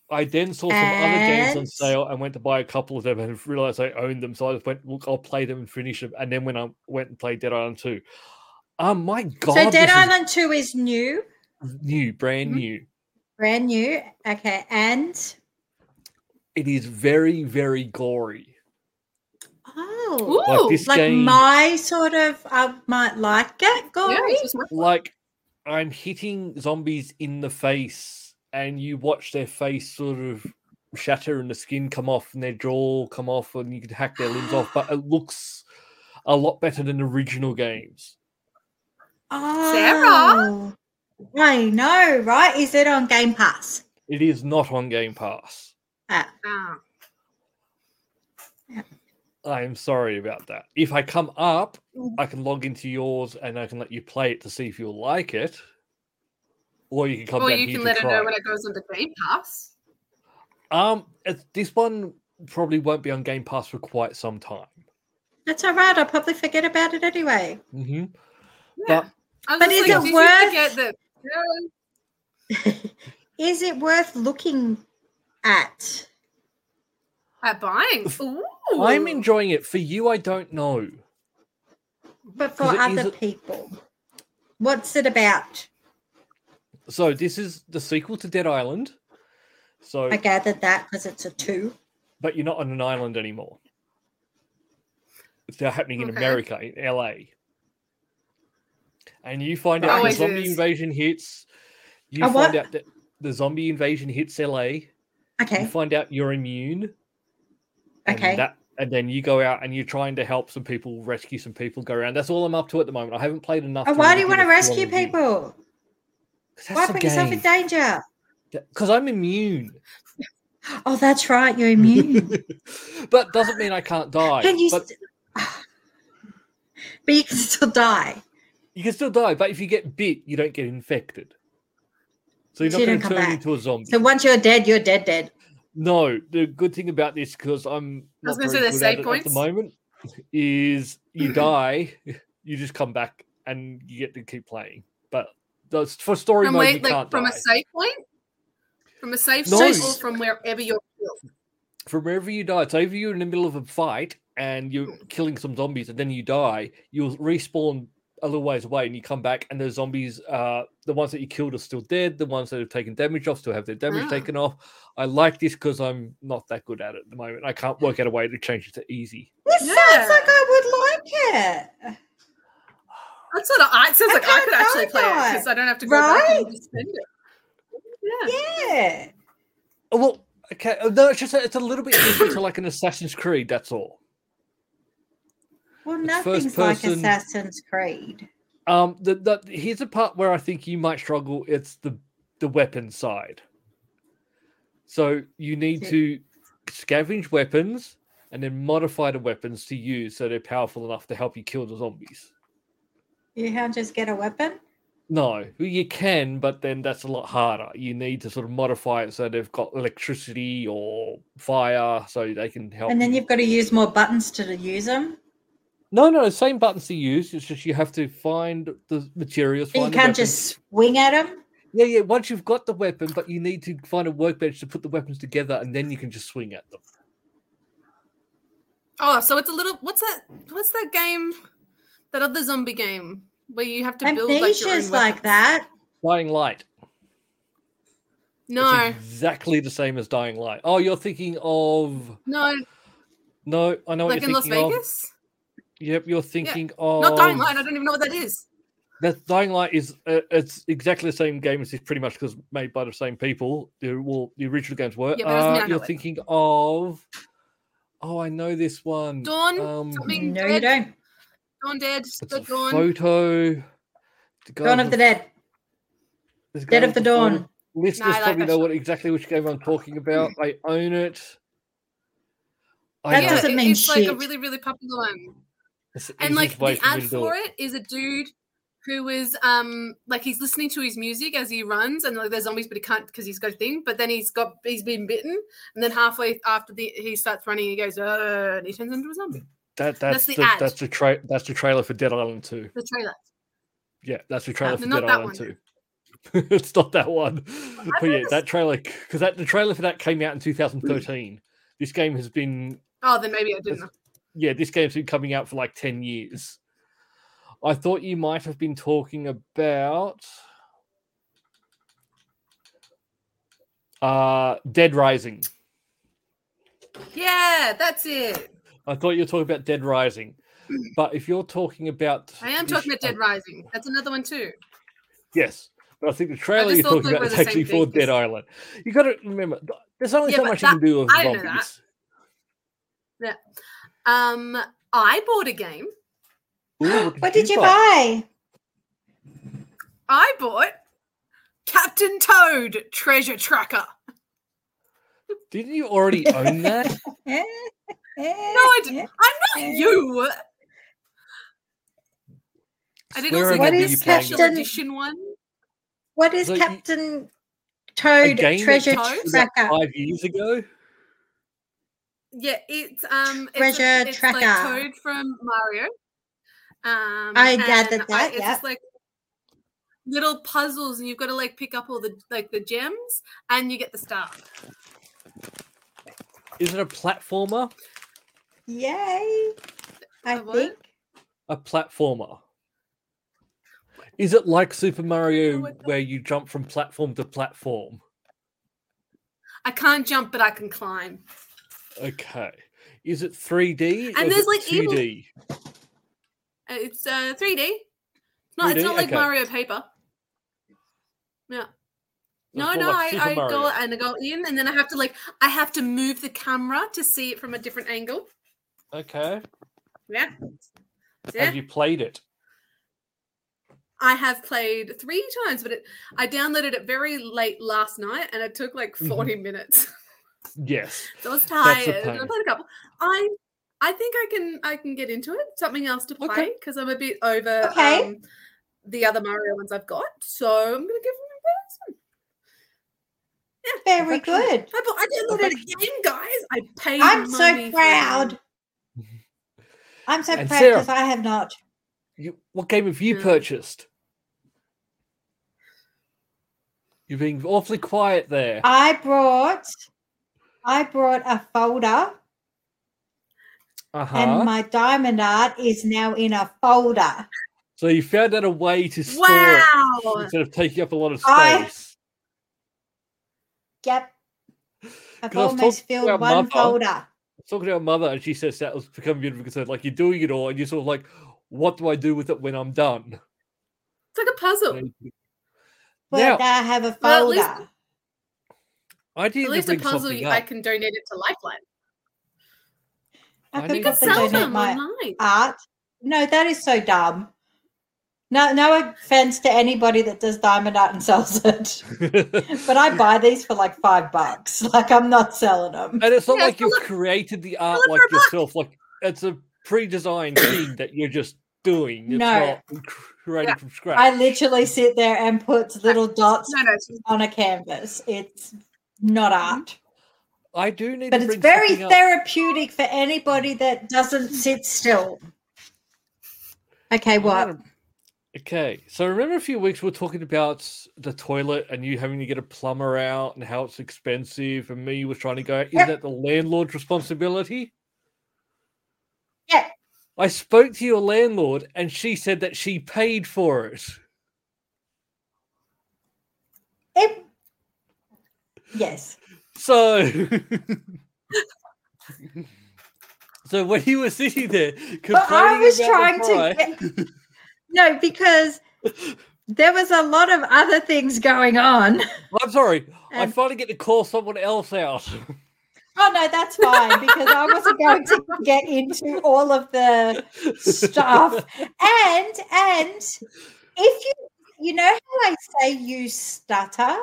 [SPEAKER 1] I then saw some other games on
[SPEAKER 3] And-
[SPEAKER 1] sale and went to buy a couple of them and realized I owned them. So I just went, look, I'll play them and finish them. And then when I went and played Dead Island 2, oh my God,
[SPEAKER 3] so Dead
[SPEAKER 1] this
[SPEAKER 3] Island Mm-hmm. 2 is new,
[SPEAKER 1] is new, brand
[SPEAKER 4] Mhm.
[SPEAKER 1] new.
[SPEAKER 3] brand new. Okay, and
[SPEAKER 1] It is very, very gory.
[SPEAKER 3] oh,
[SPEAKER 1] Like
[SPEAKER 4] Ooh,
[SPEAKER 1] this
[SPEAKER 3] like
[SPEAKER 1] game,
[SPEAKER 3] my sort of I might like it. Gory.
[SPEAKER 4] Yeah, it's just my-
[SPEAKER 1] like I'm hitting zombies in the face, and you watch their face sort of shatter and the skin come off and their jaw come off, and you can hack their limbs off. But it looks a lot better than original games.
[SPEAKER 3] Oh, I know, right? Is it on Game Pass?
[SPEAKER 1] It is not on Game Pass.
[SPEAKER 3] Ah,
[SPEAKER 4] Ah.
[SPEAKER 1] I'm sorry about that. If I come up, I can log into yours and I can let you play it to see if you'll like it. Or you can come
[SPEAKER 4] Or
[SPEAKER 1] down
[SPEAKER 4] you
[SPEAKER 1] here
[SPEAKER 4] can
[SPEAKER 1] to
[SPEAKER 4] let her
[SPEAKER 1] try
[SPEAKER 4] know when it goes on the Game Pass.
[SPEAKER 1] Um, it's- this one probably won't be on Game Pass for quite some time.
[SPEAKER 3] that's all right. I'll probably forget about it anyway.
[SPEAKER 1] hmm
[SPEAKER 4] Yeah.
[SPEAKER 1] But
[SPEAKER 4] I was
[SPEAKER 3] But
[SPEAKER 4] just
[SPEAKER 3] is it
[SPEAKER 4] did you
[SPEAKER 3] worth-
[SPEAKER 4] forget that- Yeah.
[SPEAKER 3] Is it worth looking at?
[SPEAKER 4] At buying. Ooh.
[SPEAKER 1] I'm enjoying it. For you, I don't know.
[SPEAKER 3] But for
[SPEAKER 1] 'Cause it is
[SPEAKER 3] other
[SPEAKER 1] a-
[SPEAKER 3] people, what's it about?
[SPEAKER 1] So this is the sequel to Dead Island. So,
[SPEAKER 3] I gathered that because it's a two.
[SPEAKER 1] but you're not on an island anymore. It's now happening in
[SPEAKER 4] Okay.
[SPEAKER 1] America, in LA. And you find out the
[SPEAKER 4] Always
[SPEAKER 1] zombie
[SPEAKER 4] is.
[SPEAKER 1] invasion hits. You
[SPEAKER 3] A
[SPEAKER 1] find
[SPEAKER 3] what?
[SPEAKER 1] out that the zombie invasion hits LA. You
[SPEAKER 3] Okay,
[SPEAKER 1] find out you're immune. and
[SPEAKER 3] okay.
[SPEAKER 1] that and then you go out and you're trying to help some people rescue some people go around that's all i'm up to at the moment i haven't played enough
[SPEAKER 3] Oh,
[SPEAKER 1] to really
[SPEAKER 3] why do you
[SPEAKER 1] give
[SPEAKER 3] want to
[SPEAKER 1] a full
[SPEAKER 3] rescue
[SPEAKER 1] review.
[SPEAKER 3] people?
[SPEAKER 1] 'Cause
[SPEAKER 3] why
[SPEAKER 1] that's
[SPEAKER 3] put
[SPEAKER 1] the
[SPEAKER 3] yourself in
[SPEAKER 1] game
[SPEAKER 3] danger?
[SPEAKER 1] because i'm immune
[SPEAKER 3] Oh, that's right. You're immune.
[SPEAKER 1] but doesn't mean i can't die
[SPEAKER 3] Can you?
[SPEAKER 1] but
[SPEAKER 3] st- but you can still die.
[SPEAKER 1] you can still die but if you get bit you don't get infected so you're
[SPEAKER 3] So
[SPEAKER 1] not
[SPEAKER 3] you
[SPEAKER 1] going
[SPEAKER 3] don't
[SPEAKER 1] to
[SPEAKER 3] come
[SPEAKER 1] turn
[SPEAKER 3] back.
[SPEAKER 1] into a zombie
[SPEAKER 3] So once you're dead, you're dead, dead.
[SPEAKER 1] no the good thing about this because i'm
[SPEAKER 4] I was
[SPEAKER 1] not
[SPEAKER 4] gonna
[SPEAKER 1] very
[SPEAKER 4] say there's
[SPEAKER 1] good at
[SPEAKER 4] save
[SPEAKER 1] it at the
[SPEAKER 4] points.
[SPEAKER 1] moment is you die you just come back and you get to keep playing but that's for story
[SPEAKER 4] From
[SPEAKER 1] mode
[SPEAKER 4] where-
[SPEAKER 1] you
[SPEAKER 4] like,
[SPEAKER 1] can't
[SPEAKER 4] from
[SPEAKER 1] die.
[SPEAKER 4] a safe point? From a safe
[SPEAKER 1] No.
[SPEAKER 4] point or from wherever you're killed?
[SPEAKER 1] from wherever you die, it's over you're in the middle of a fight and you're killing some zombies and then you die, you'll respawn a little ways away and you come back and those zombies uh the ones that you killed are still dead, the ones that have taken damage off still have their damage
[SPEAKER 4] Ah.
[SPEAKER 1] taken off. I like this because I'm not that good at it at the moment. I can't work out a way to change it to easy.
[SPEAKER 3] This
[SPEAKER 4] Yeah.
[SPEAKER 3] sounds like I would like it.
[SPEAKER 4] That's sort of. It sounds like I
[SPEAKER 3] Okay,
[SPEAKER 4] could actually
[SPEAKER 3] no,
[SPEAKER 4] play it
[SPEAKER 3] no.
[SPEAKER 4] because I don't have to go back and
[SPEAKER 3] Right?
[SPEAKER 4] spend it. Yeah.
[SPEAKER 3] Yeah.
[SPEAKER 1] Oh, Well, okay, uh, no, it's just that it's a little bit different to like an Assassin's Creed, that's all.
[SPEAKER 3] Well,
[SPEAKER 1] It's
[SPEAKER 3] nothing's
[SPEAKER 1] first
[SPEAKER 3] like
[SPEAKER 1] person.
[SPEAKER 3] Assassin's Creed.
[SPEAKER 1] Um the, the here's a part where I think you might struggle, it's the the weapon side. So you need
[SPEAKER 3] Yeah.
[SPEAKER 1] to scavenge weapons and then modify the weapons to use so they're powerful enough to help you kill the zombies.
[SPEAKER 3] You can't just get a weapon.
[SPEAKER 1] No, well, you can, but then that's a lot harder. You need to sort of modify it so they've got electricity or fire so they can help.
[SPEAKER 3] And then
[SPEAKER 1] you.
[SPEAKER 3] you've got to use more buttons to use them.
[SPEAKER 1] No, no, same buttons to use. It's just you have to find the materials.
[SPEAKER 3] You
[SPEAKER 1] find the
[SPEAKER 3] can't
[SPEAKER 1] weapons.
[SPEAKER 3] just swing at them.
[SPEAKER 1] Yeah, yeah. Once you've got the weapon, but you need to find a workbench to put the weapons together, and then you can just swing at them.
[SPEAKER 4] Oh, so it's a little. What's that? What's that game? That other zombie game where you have to build like your
[SPEAKER 3] Amnesia's
[SPEAKER 4] own
[SPEAKER 3] like
[SPEAKER 4] weapons.
[SPEAKER 3] that.
[SPEAKER 1] Dying light. It's
[SPEAKER 4] No,
[SPEAKER 1] exactly the same as Dying Light. Oh, you're thinking of
[SPEAKER 4] no,
[SPEAKER 1] no, I know what
[SPEAKER 4] like
[SPEAKER 1] you're
[SPEAKER 4] in Las
[SPEAKER 1] thinking of.
[SPEAKER 4] Vegas.
[SPEAKER 1] Yep, you're thinking of
[SPEAKER 4] Not Dying Light. I don't even know what that is.
[SPEAKER 1] That Dying Light is uh, it's exactly the same game as this, pretty much because made by the same people. The well, the original games were.
[SPEAKER 4] Yeah, but it doesn't mean
[SPEAKER 1] uh,
[SPEAKER 4] I know
[SPEAKER 1] you're
[SPEAKER 4] it.
[SPEAKER 1] thinking of. Oh, I know this
[SPEAKER 3] Uh,
[SPEAKER 1] one.
[SPEAKER 4] Dawn
[SPEAKER 1] Um,
[SPEAKER 4] something
[SPEAKER 3] No, you
[SPEAKER 4] dead.
[SPEAKER 3] don't.
[SPEAKER 4] Dawn Dead.
[SPEAKER 1] it's
[SPEAKER 4] The
[SPEAKER 1] a
[SPEAKER 4] Dawn.
[SPEAKER 1] photo. The guy
[SPEAKER 3] Dawn
[SPEAKER 1] with
[SPEAKER 3] of the Dead.
[SPEAKER 1] there's a
[SPEAKER 3] Dead
[SPEAKER 1] guy
[SPEAKER 3] of
[SPEAKER 1] with
[SPEAKER 3] the
[SPEAKER 1] photo.
[SPEAKER 3] Dawn.
[SPEAKER 1] Listeners
[SPEAKER 4] No, I like
[SPEAKER 1] probably
[SPEAKER 4] that
[SPEAKER 1] know
[SPEAKER 4] shot.
[SPEAKER 1] what exactly which game I'm talking about. I own it. I
[SPEAKER 3] That
[SPEAKER 1] know
[SPEAKER 3] doesn't
[SPEAKER 1] it.
[SPEAKER 4] it-
[SPEAKER 3] mean
[SPEAKER 4] it's like a
[SPEAKER 3] shit.
[SPEAKER 4] really, really popular one.
[SPEAKER 1] It's the
[SPEAKER 4] And like
[SPEAKER 1] easiest way
[SPEAKER 4] the
[SPEAKER 1] me to
[SPEAKER 4] ad
[SPEAKER 1] do
[SPEAKER 4] for
[SPEAKER 1] it.
[SPEAKER 4] it is a dude who is um like he's listening to his music as he runs and like there's zombies but he can't because he's got a thing but then he's got he's been bitten and then halfway after the he starts running he goes uh, and he turns into a zombie
[SPEAKER 1] That that's,
[SPEAKER 4] That's the
[SPEAKER 1] the,
[SPEAKER 4] ad.
[SPEAKER 1] that's the tra- that's the trailer for Dead Island Two.
[SPEAKER 4] the trailer
[SPEAKER 1] Yeah, that's the trailer
[SPEAKER 4] no,
[SPEAKER 1] for
[SPEAKER 4] not
[SPEAKER 1] Dead
[SPEAKER 4] that
[SPEAKER 1] Island
[SPEAKER 4] one.
[SPEAKER 1] Two. it's not that one, but yeah,
[SPEAKER 4] noticed-
[SPEAKER 1] that trailer because that the trailer for that came
[SPEAKER 4] Hmm.
[SPEAKER 1] out in 2013. This game has been
[SPEAKER 4] oh then maybe i didn't know.
[SPEAKER 1] yeah, this game's been coming out for like 10 years. I thought you might have been talking about uh Dead Rising.
[SPEAKER 4] yeah that's it
[SPEAKER 1] I thought you were talking about Dead Rising. But if you're talking about
[SPEAKER 4] i am
[SPEAKER 1] this-
[SPEAKER 4] talking about dead
[SPEAKER 1] uh,
[SPEAKER 4] rising that's another one too
[SPEAKER 1] Yes. But I think the trailer
[SPEAKER 4] just
[SPEAKER 1] you're
[SPEAKER 4] thought
[SPEAKER 1] talking
[SPEAKER 4] they
[SPEAKER 1] about
[SPEAKER 4] were
[SPEAKER 1] is
[SPEAKER 4] the same
[SPEAKER 1] actually for
[SPEAKER 4] thing,
[SPEAKER 1] Dead
[SPEAKER 4] 'cause-
[SPEAKER 1] Island. You gotta remember th- there's only
[SPEAKER 4] Yeah,
[SPEAKER 1] so
[SPEAKER 4] but
[SPEAKER 1] much you
[SPEAKER 4] that-
[SPEAKER 1] can do with
[SPEAKER 4] I know
[SPEAKER 1] zombies.
[SPEAKER 4] that. um i bought a game
[SPEAKER 1] Ooh,
[SPEAKER 3] What did you buy?
[SPEAKER 4] i bought captain toad treasure tracker
[SPEAKER 1] Didn't you already own that?
[SPEAKER 3] Eh, eh,
[SPEAKER 4] No, I d-
[SPEAKER 3] eh.
[SPEAKER 4] i'm not you i did
[SPEAKER 1] Swear
[SPEAKER 4] also
[SPEAKER 1] I
[SPEAKER 4] get
[SPEAKER 1] remember
[SPEAKER 4] this
[SPEAKER 1] you playing
[SPEAKER 4] special
[SPEAKER 1] it.
[SPEAKER 3] Captain-
[SPEAKER 4] edition one
[SPEAKER 3] What is
[SPEAKER 1] So you-
[SPEAKER 3] Captain Toad
[SPEAKER 1] game that
[SPEAKER 3] Treasure
[SPEAKER 4] Toad?
[SPEAKER 1] Was that
[SPEAKER 3] Tracker?
[SPEAKER 1] Five years ago.
[SPEAKER 4] Yeah, it's um
[SPEAKER 3] Treasure
[SPEAKER 4] it's, a- it's like
[SPEAKER 3] tracker.
[SPEAKER 4] Toad from Mario. Um,
[SPEAKER 3] I gathered
[SPEAKER 4] and
[SPEAKER 3] that,
[SPEAKER 4] it's
[SPEAKER 3] yeah.
[SPEAKER 4] just like little puzzles, and you've got to like pick up all the like the gems, and you get the star.
[SPEAKER 1] Is it a platformer?
[SPEAKER 3] Yay! I
[SPEAKER 4] A what?
[SPEAKER 3] think.
[SPEAKER 1] a platformer. Is it like Super Mario
[SPEAKER 4] what the-
[SPEAKER 1] where you jump from platform to platform?
[SPEAKER 4] I can't jump, but I can climb.
[SPEAKER 1] Okay. Is it 3D?
[SPEAKER 4] And
[SPEAKER 1] is
[SPEAKER 4] there's,
[SPEAKER 1] it
[SPEAKER 4] like, evil-
[SPEAKER 1] 2D.
[SPEAKER 4] Uh, It's uh, 3D. It's not. It's
[SPEAKER 1] 3D?
[SPEAKER 4] not like
[SPEAKER 1] Okay.
[SPEAKER 4] Mario Paper. Yeah. No,
[SPEAKER 1] more
[SPEAKER 4] no,
[SPEAKER 1] like Super
[SPEAKER 4] I, I go
[SPEAKER 1] Mario.
[SPEAKER 4] and I go in, and then I have to like I have to move the camera to see it from a different angle.
[SPEAKER 1] Okay.
[SPEAKER 4] Yeah. Yeah.
[SPEAKER 1] Have you played it?
[SPEAKER 4] I have played three times, but it, I downloaded it very late last night, and it took like 40 minutes.
[SPEAKER 1] Yes.
[SPEAKER 4] So I was
[SPEAKER 1] Mm-hmm. That's the
[SPEAKER 4] tired. I
[SPEAKER 1] pain.
[SPEAKER 4] played a couple. I I think I can I can get into it. Something else to
[SPEAKER 1] Okay.
[SPEAKER 4] play because I'm a bit over
[SPEAKER 3] Okay.
[SPEAKER 4] um, the other Mario ones I've got. So I'm gonna give them
[SPEAKER 3] Very
[SPEAKER 1] I've actually-
[SPEAKER 3] good.
[SPEAKER 4] a go. I, bought, I downloaded a game, guys. I paid.
[SPEAKER 3] I'm
[SPEAKER 4] money
[SPEAKER 3] so
[SPEAKER 4] for
[SPEAKER 3] proud.
[SPEAKER 4] them.
[SPEAKER 3] I'm so
[SPEAKER 1] And
[SPEAKER 3] proud
[SPEAKER 1] Sarah.
[SPEAKER 3] because I have not.
[SPEAKER 1] You, what game have you
[SPEAKER 4] Yeah.
[SPEAKER 1] purchased? You're being awfully quiet there.
[SPEAKER 4] Uh,
[SPEAKER 3] I brought, I brought a folder,
[SPEAKER 1] Uh
[SPEAKER 3] and
[SPEAKER 1] huh.
[SPEAKER 3] my diamond art is now in a folder.
[SPEAKER 1] So you found out a way to store it
[SPEAKER 4] Wow.
[SPEAKER 1] instead of taking up a lot of
[SPEAKER 3] I-
[SPEAKER 1] space.
[SPEAKER 3] Yep, I've
[SPEAKER 1] 'Cause I was
[SPEAKER 3] almost
[SPEAKER 1] talking to our
[SPEAKER 3] filled one
[SPEAKER 1] mother.
[SPEAKER 3] folder. beautiful
[SPEAKER 1] talking to our mother, and she says that was becoming beautiful concern. Like you're doing it all, and you're sort of like, what do I do with it when I'm done?
[SPEAKER 4] It's like a puzzle.
[SPEAKER 1] And
[SPEAKER 3] But
[SPEAKER 1] Now-
[SPEAKER 3] I have a
[SPEAKER 4] Well, at least-
[SPEAKER 3] folder.
[SPEAKER 1] I did
[SPEAKER 4] At least a
[SPEAKER 1] bring
[SPEAKER 4] puzzle
[SPEAKER 1] something
[SPEAKER 4] you-
[SPEAKER 1] up.
[SPEAKER 4] I can donate it to Lifeline.
[SPEAKER 1] I
[SPEAKER 3] I
[SPEAKER 1] need
[SPEAKER 4] You
[SPEAKER 3] could
[SPEAKER 1] to
[SPEAKER 4] can
[SPEAKER 1] Something
[SPEAKER 4] sell
[SPEAKER 1] donate
[SPEAKER 4] them
[SPEAKER 3] my uh,
[SPEAKER 4] online.
[SPEAKER 3] art. No, that is so dumb. No, no offense to anybody that does diamond art and sells it, but I buy these for like five bucks. Like I'm not selling them.
[SPEAKER 1] and it's not
[SPEAKER 4] Yeah,
[SPEAKER 1] like
[SPEAKER 4] fill
[SPEAKER 1] you've
[SPEAKER 4] it-
[SPEAKER 1] created the art
[SPEAKER 4] it
[SPEAKER 1] like
[SPEAKER 4] for a buck.
[SPEAKER 1] yourself. Like it's a pre-designed thing that you're just doing. It's
[SPEAKER 3] No.
[SPEAKER 1] not created
[SPEAKER 4] Yeah.
[SPEAKER 1] from scratch.
[SPEAKER 3] I literally sit there and put little dots
[SPEAKER 4] No, no, it's-
[SPEAKER 3] on a canvas. It's not art,
[SPEAKER 1] I do need,
[SPEAKER 3] but
[SPEAKER 1] to
[SPEAKER 3] it's
[SPEAKER 1] bring
[SPEAKER 3] very
[SPEAKER 1] something up.
[SPEAKER 3] therapeutic for anybody that doesn't sit still. Okay,
[SPEAKER 1] I'm
[SPEAKER 3] what?
[SPEAKER 1] gonna- Okay, so remember a few weeks we were talking about the toilet and you having to get a plumber out and how it's expensive, and me was trying to go, is
[SPEAKER 3] Yep.
[SPEAKER 1] that the landlord's responsibility?
[SPEAKER 3] Yeah.
[SPEAKER 1] I spoke to your landlord and she said that she paid for it.
[SPEAKER 3] It- yes.
[SPEAKER 1] So So when you were sitting there complaining
[SPEAKER 3] But I was
[SPEAKER 1] about
[SPEAKER 3] trying
[SPEAKER 1] the fry,
[SPEAKER 3] to get, no, because there was a lot of other things going on.
[SPEAKER 1] I'm sorry, I
[SPEAKER 3] and-
[SPEAKER 1] finally get to call someone else out.
[SPEAKER 3] Oh no, that's fine because I wasn't going to get into all of the stuff. And and if you you know how I say you stutter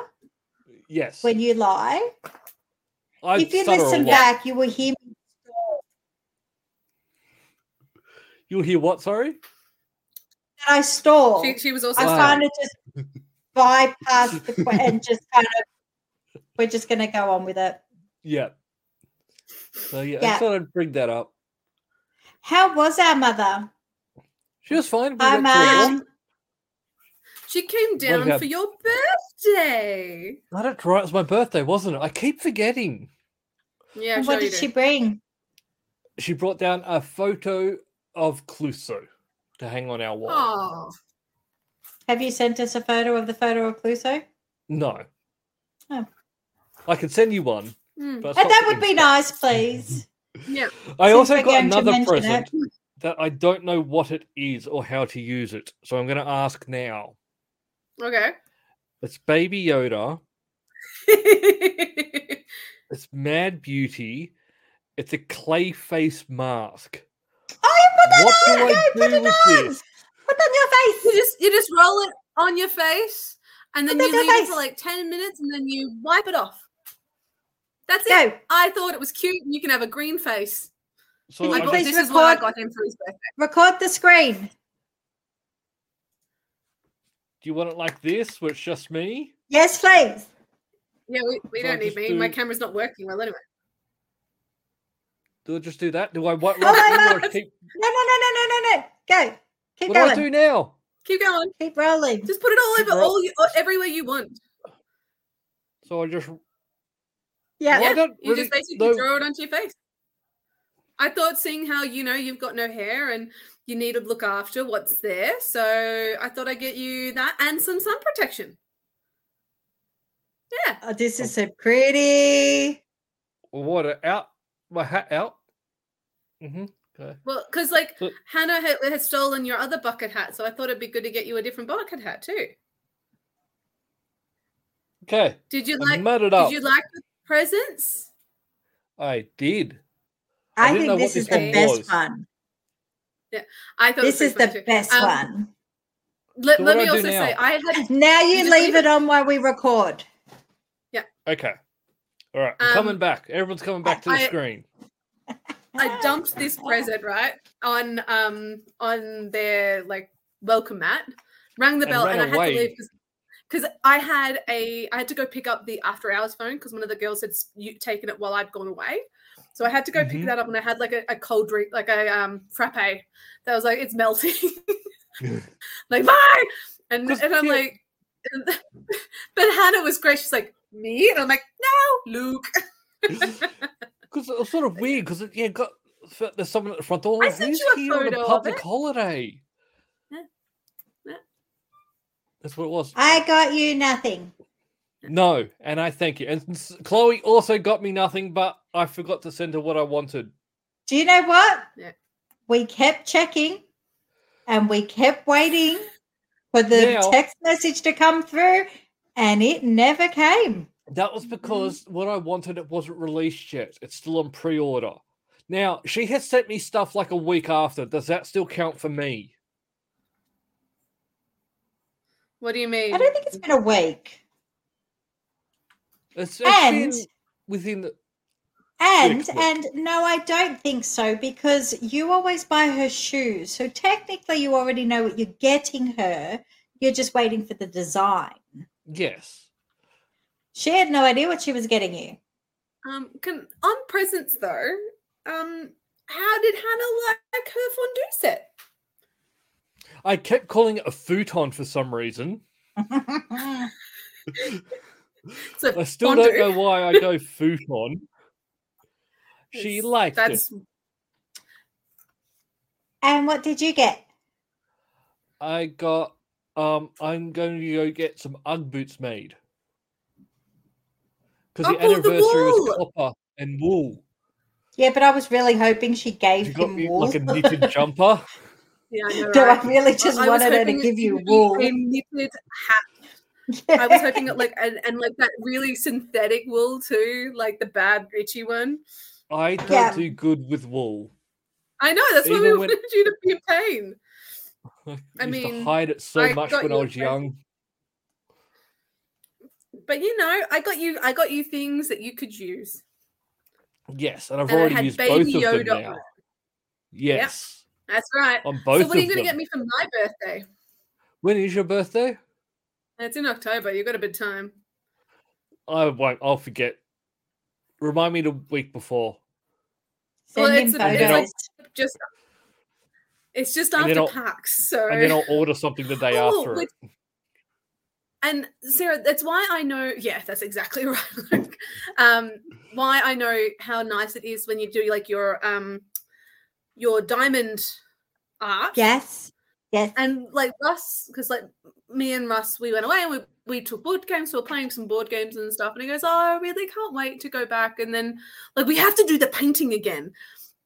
[SPEAKER 1] Yes.
[SPEAKER 3] when you lie?
[SPEAKER 1] I
[SPEAKER 3] if you
[SPEAKER 1] stutter a
[SPEAKER 3] listen
[SPEAKER 1] lot.
[SPEAKER 3] back, you will hear me
[SPEAKER 1] You'll hear what, sorry?
[SPEAKER 3] that I stole.
[SPEAKER 4] She, she was also
[SPEAKER 3] I
[SPEAKER 1] Wow.
[SPEAKER 3] kind of just bypassed the que- and just kind of we're just gonna go on with it.
[SPEAKER 1] Yeah. So yeah, I
[SPEAKER 3] Yeah.
[SPEAKER 1] thought I'd bring that up.
[SPEAKER 3] How was our mother?
[SPEAKER 1] She was fine. We
[SPEAKER 3] Hi,
[SPEAKER 1] went for a walk.
[SPEAKER 3] mum.
[SPEAKER 4] She came
[SPEAKER 1] Well,
[SPEAKER 4] down
[SPEAKER 1] yeah.
[SPEAKER 4] for your birthday.
[SPEAKER 1] No, That's right. It was my birthday, wasn't it? I keep forgetting.
[SPEAKER 4] Yeah, sure
[SPEAKER 3] what
[SPEAKER 4] you
[SPEAKER 3] did she
[SPEAKER 4] do.
[SPEAKER 3] bring?
[SPEAKER 1] She brought down a photo of Cluso to hang on our wall.
[SPEAKER 4] Oh,
[SPEAKER 3] Have you sent us a photo of the photo of Cluso?
[SPEAKER 1] No.
[SPEAKER 3] Oh.
[SPEAKER 1] I could send you one.
[SPEAKER 4] mm,
[SPEAKER 1] But it's
[SPEAKER 3] And
[SPEAKER 1] not
[SPEAKER 3] that
[SPEAKER 1] for
[SPEAKER 3] would be nice, please.
[SPEAKER 4] yeah.
[SPEAKER 1] I
[SPEAKER 3] Since
[SPEAKER 1] also
[SPEAKER 3] we're
[SPEAKER 1] got
[SPEAKER 3] going to
[SPEAKER 1] another
[SPEAKER 3] mention
[SPEAKER 1] present that I don't know what it is or how to use it. So I'm going to ask now.
[SPEAKER 4] Okay.
[SPEAKER 1] It's Baby Yoda. It's Mad Beauty. It's a clay face mask.
[SPEAKER 3] Oh, you put that
[SPEAKER 1] What do
[SPEAKER 3] on!
[SPEAKER 1] I
[SPEAKER 3] Go put
[SPEAKER 1] do
[SPEAKER 3] it
[SPEAKER 1] with
[SPEAKER 3] on!
[SPEAKER 1] this?
[SPEAKER 3] Put it on your
[SPEAKER 4] you
[SPEAKER 3] face!
[SPEAKER 4] just you just roll it on your face, and then
[SPEAKER 3] Put
[SPEAKER 4] you
[SPEAKER 3] it on
[SPEAKER 4] leave
[SPEAKER 3] your
[SPEAKER 4] it for
[SPEAKER 3] face.
[SPEAKER 4] like ten minutes, and then you wipe it off. That's it.
[SPEAKER 3] Go.
[SPEAKER 4] I thought it was cute. and You can have a green face.
[SPEAKER 1] So
[SPEAKER 3] Can
[SPEAKER 1] I
[SPEAKER 4] I
[SPEAKER 3] you
[SPEAKER 4] got,
[SPEAKER 1] got
[SPEAKER 3] please
[SPEAKER 4] this is what I
[SPEAKER 3] record-
[SPEAKER 4] got him for his birthday.
[SPEAKER 3] Record the screen.
[SPEAKER 1] Do you want it like this, where it's just me?
[SPEAKER 3] Yes, please.
[SPEAKER 4] Yeah, we, we
[SPEAKER 1] So I
[SPEAKER 4] don't need
[SPEAKER 1] just
[SPEAKER 4] me. My
[SPEAKER 1] do-
[SPEAKER 4] camera's not working well anyway.
[SPEAKER 1] Do I just do that? Do I white
[SPEAKER 3] Oh
[SPEAKER 1] rush
[SPEAKER 3] my
[SPEAKER 1] in or
[SPEAKER 4] God.
[SPEAKER 1] keep?
[SPEAKER 3] No, no, no, no, no, no, no. Go. Keep
[SPEAKER 1] What do
[SPEAKER 3] going.
[SPEAKER 1] I do now?
[SPEAKER 4] Keep going.
[SPEAKER 3] Keep rolling.
[SPEAKER 4] Just put it all over
[SPEAKER 1] Roll-
[SPEAKER 4] all you, everywhere you want.
[SPEAKER 1] So I just
[SPEAKER 3] yeah.
[SPEAKER 1] Well, I
[SPEAKER 4] yeah,
[SPEAKER 1] don't
[SPEAKER 4] you
[SPEAKER 1] really
[SPEAKER 4] just basically
[SPEAKER 1] know-
[SPEAKER 4] draw it onto your face. I thought seeing how you know you've got no hair and you need to look after what's there, so I thought I'd get you that and some sun protection. Yeah.
[SPEAKER 3] Oh, this is so pretty.
[SPEAKER 1] water out my hat out. hmm Okay.
[SPEAKER 4] Well, because like
[SPEAKER 1] Look.
[SPEAKER 4] Hannah had, had stolen your other bucket hat, so I thought it'd be good to get you a different bucket hat too.
[SPEAKER 1] Okay.
[SPEAKER 4] Did you
[SPEAKER 1] I
[SPEAKER 4] like?
[SPEAKER 1] mud it up.
[SPEAKER 4] Did you like the presents?
[SPEAKER 1] I did. I
[SPEAKER 3] I,
[SPEAKER 1] didn't know
[SPEAKER 3] think
[SPEAKER 1] what
[SPEAKER 3] this is
[SPEAKER 1] this
[SPEAKER 3] the
[SPEAKER 4] one
[SPEAKER 3] best
[SPEAKER 1] was.
[SPEAKER 3] one.
[SPEAKER 4] I thought it
[SPEAKER 3] This
[SPEAKER 4] was
[SPEAKER 3] is the
[SPEAKER 4] pretty funny
[SPEAKER 3] best
[SPEAKER 4] Um,
[SPEAKER 3] one.
[SPEAKER 4] too. Let,
[SPEAKER 1] So
[SPEAKER 4] let
[SPEAKER 1] what
[SPEAKER 4] me
[SPEAKER 1] do I
[SPEAKER 4] also
[SPEAKER 1] do
[SPEAKER 4] say,
[SPEAKER 1] now?
[SPEAKER 4] I had
[SPEAKER 3] Now
[SPEAKER 4] You
[SPEAKER 3] you,
[SPEAKER 4] just leave
[SPEAKER 3] leave it on while we record.
[SPEAKER 1] Okay. All right. I'm coming
[SPEAKER 4] Um,
[SPEAKER 1] back. Everyone's coming back to the
[SPEAKER 4] I-
[SPEAKER 1] screen.
[SPEAKER 4] I dumped this present right on um on their like welcome mat, rang the
[SPEAKER 1] And
[SPEAKER 4] bell,
[SPEAKER 1] ran
[SPEAKER 4] and, I had
[SPEAKER 1] away.
[SPEAKER 4] to leave because I had a I had to go pick up the after hours phone because one of the girls had s- you, taken it while I'd gone away, so I had to go
[SPEAKER 1] Mhm.
[SPEAKER 4] pick that up, and I had like a, a cold drink, like a um frappe that was like it's melting, like bye, and
[SPEAKER 1] 'Cause
[SPEAKER 4] and I'm
[SPEAKER 1] the-
[SPEAKER 4] like, but Hannah was great. She's like me, and I'm like no, Luke.
[SPEAKER 1] Because it was sort of weird. Because yeah, got f- there's someone at the front door.
[SPEAKER 4] I
[SPEAKER 1] like,
[SPEAKER 4] sent
[SPEAKER 1] "Who's
[SPEAKER 4] you a
[SPEAKER 1] here on
[SPEAKER 4] photo
[SPEAKER 1] a
[SPEAKER 4] of
[SPEAKER 1] public
[SPEAKER 4] it."
[SPEAKER 1] holiday.
[SPEAKER 4] Yeah. Yeah.
[SPEAKER 1] That's what it was.
[SPEAKER 3] I got you nothing.
[SPEAKER 1] No, and I thank you. And s- Chloe also got me nothing, but I forgot to send her what I wanted.
[SPEAKER 3] Do you know what?
[SPEAKER 4] Yeah.
[SPEAKER 3] We kept checking and we kept waiting for the
[SPEAKER 1] Now-
[SPEAKER 3] text message to come through and it never came.
[SPEAKER 1] That was because what I wanted it wasn't released yet. It's still on pre-order. Now she has sent me stuff like a week after. Does that still count for me?
[SPEAKER 4] What do you mean?
[SPEAKER 3] I don't think it's been a week.
[SPEAKER 1] It's, it's
[SPEAKER 3] And-
[SPEAKER 1] been within the,
[SPEAKER 3] And
[SPEAKER 1] Six
[SPEAKER 3] and no, I don't think so because you always buy her shoes. So technically you already know what you're getting her. You're just waiting for the design.
[SPEAKER 1] yes.
[SPEAKER 3] She had no idea what she was getting you.
[SPEAKER 4] Um, can on presents though. Um, how did Hannah like her fondue set?
[SPEAKER 1] I kept calling it a futon for some reason.
[SPEAKER 4] So
[SPEAKER 1] I still don't know why I go futon. She
[SPEAKER 4] Yes,
[SPEAKER 1] liked it.
[SPEAKER 4] that's
[SPEAKER 3] and what did you get?
[SPEAKER 1] I got. Um, I'm going to go get some UGG boots made because the
[SPEAKER 4] Up all the
[SPEAKER 1] anniversary was
[SPEAKER 4] wool.
[SPEAKER 1] copper and wool.
[SPEAKER 3] Yeah, but I was really hoping she gave
[SPEAKER 1] You got
[SPEAKER 3] him
[SPEAKER 1] me
[SPEAKER 3] wool.
[SPEAKER 1] like a knitted jumper.
[SPEAKER 4] yeah. I know,
[SPEAKER 3] Do I
[SPEAKER 4] right?
[SPEAKER 3] really just
[SPEAKER 4] I was
[SPEAKER 3] wanted her to
[SPEAKER 4] hoping
[SPEAKER 3] give
[SPEAKER 4] it
[SPEAKER 3] you
[SPEAKER 4] would be
[SPEAKER 3] wool?
[SPEAKER 4] a knitted hat. I was hoping it like and, and like that really synthetic wool too, like the bad Richie one.
[SPEAKER 1] I don't
[SPEAKER 3] Yeah.
[SPEAKER 1] do good with wool.
[SPEAKER 4] I know that's why we
[SPEAKER 1] Even when-
[SPEAKER 4] wanted you to be in pain.
[SPEAKER 1] I,
[SPEAKER 4] I
[SPEAKER 1] used to
[SPEAKER 4] mean,
[SPEAKER 1] hide it so
[SPEAKER 4] I
[SPEAKER 1] much
[SPEAKER 4] got
[SPEAKER 1] when I
[SPEAKER 4] you a
[SPEAKER 1] was young.
[SPEAKER 4] But you know, I got you. I got you things that you could use.
[SPEAKER 1] Yes, and I've
[SPEAKER 4] And I
[SPEAKER 1] already
[SPEAKER 4] had
[SPEAKER 1] used
[SPEAKER 4] Baby
[SPEAKER 1] both of
[SPEAKER 4] Yoda
[SPEAKER 1] them
[SPEAKER 4] on
[SPEAKER 1] now.
[SPEAKER 4] it.
[SPEAKER 1] Yes,
[SPEAKER 4] That's right.
[SPEAKER 1] on both
[SPEAKER 4] so what are you
[SPEAKER 1] of them.
[SPEAKER 4] going to get me for my birthday?
[SPEAKER 1] When is your birthday?
[SPEAKER 4] It's in October. You got a bit of time.
[SPEAKER 1] I won't. I'll forget. Remind me the week before.
[SPEAKER 3] Send
[SPEAKER 4] Well,
[SPEAKER 3] him
[SPEAKER 4] it's a-
[SPEAKER 1] And then I'll-
[SPEAKER 3] photos.
[SPEAKER 4] Just it's just
[SPEAKER 1] And then
[SPEAKER 4] after
[SPEAKER 1] I'll-
[SPEAKER 4] PAX. So
[SPEAKER 1] And then I'll order something the day
[SPEAKER 4] Oh,
[SPEAKER 1] after.
[SPEAKER 4] which-
[SPEAKER 1] it.
[SPEAKER 4] and Sarah, that's why I know. Yeah, that's exactly right. Luke. um, why I know how nice it is when you do like your um, your diamond art.
[SPEAKER 3] Yes. Yes.
[SPEAKER 4] And like Russ, because like me and Russ, we went away and we we took board games. So we're playing some board games and stuff. And he goes, "Oh, I really can't wait to go back." And then like we have to do the painting again.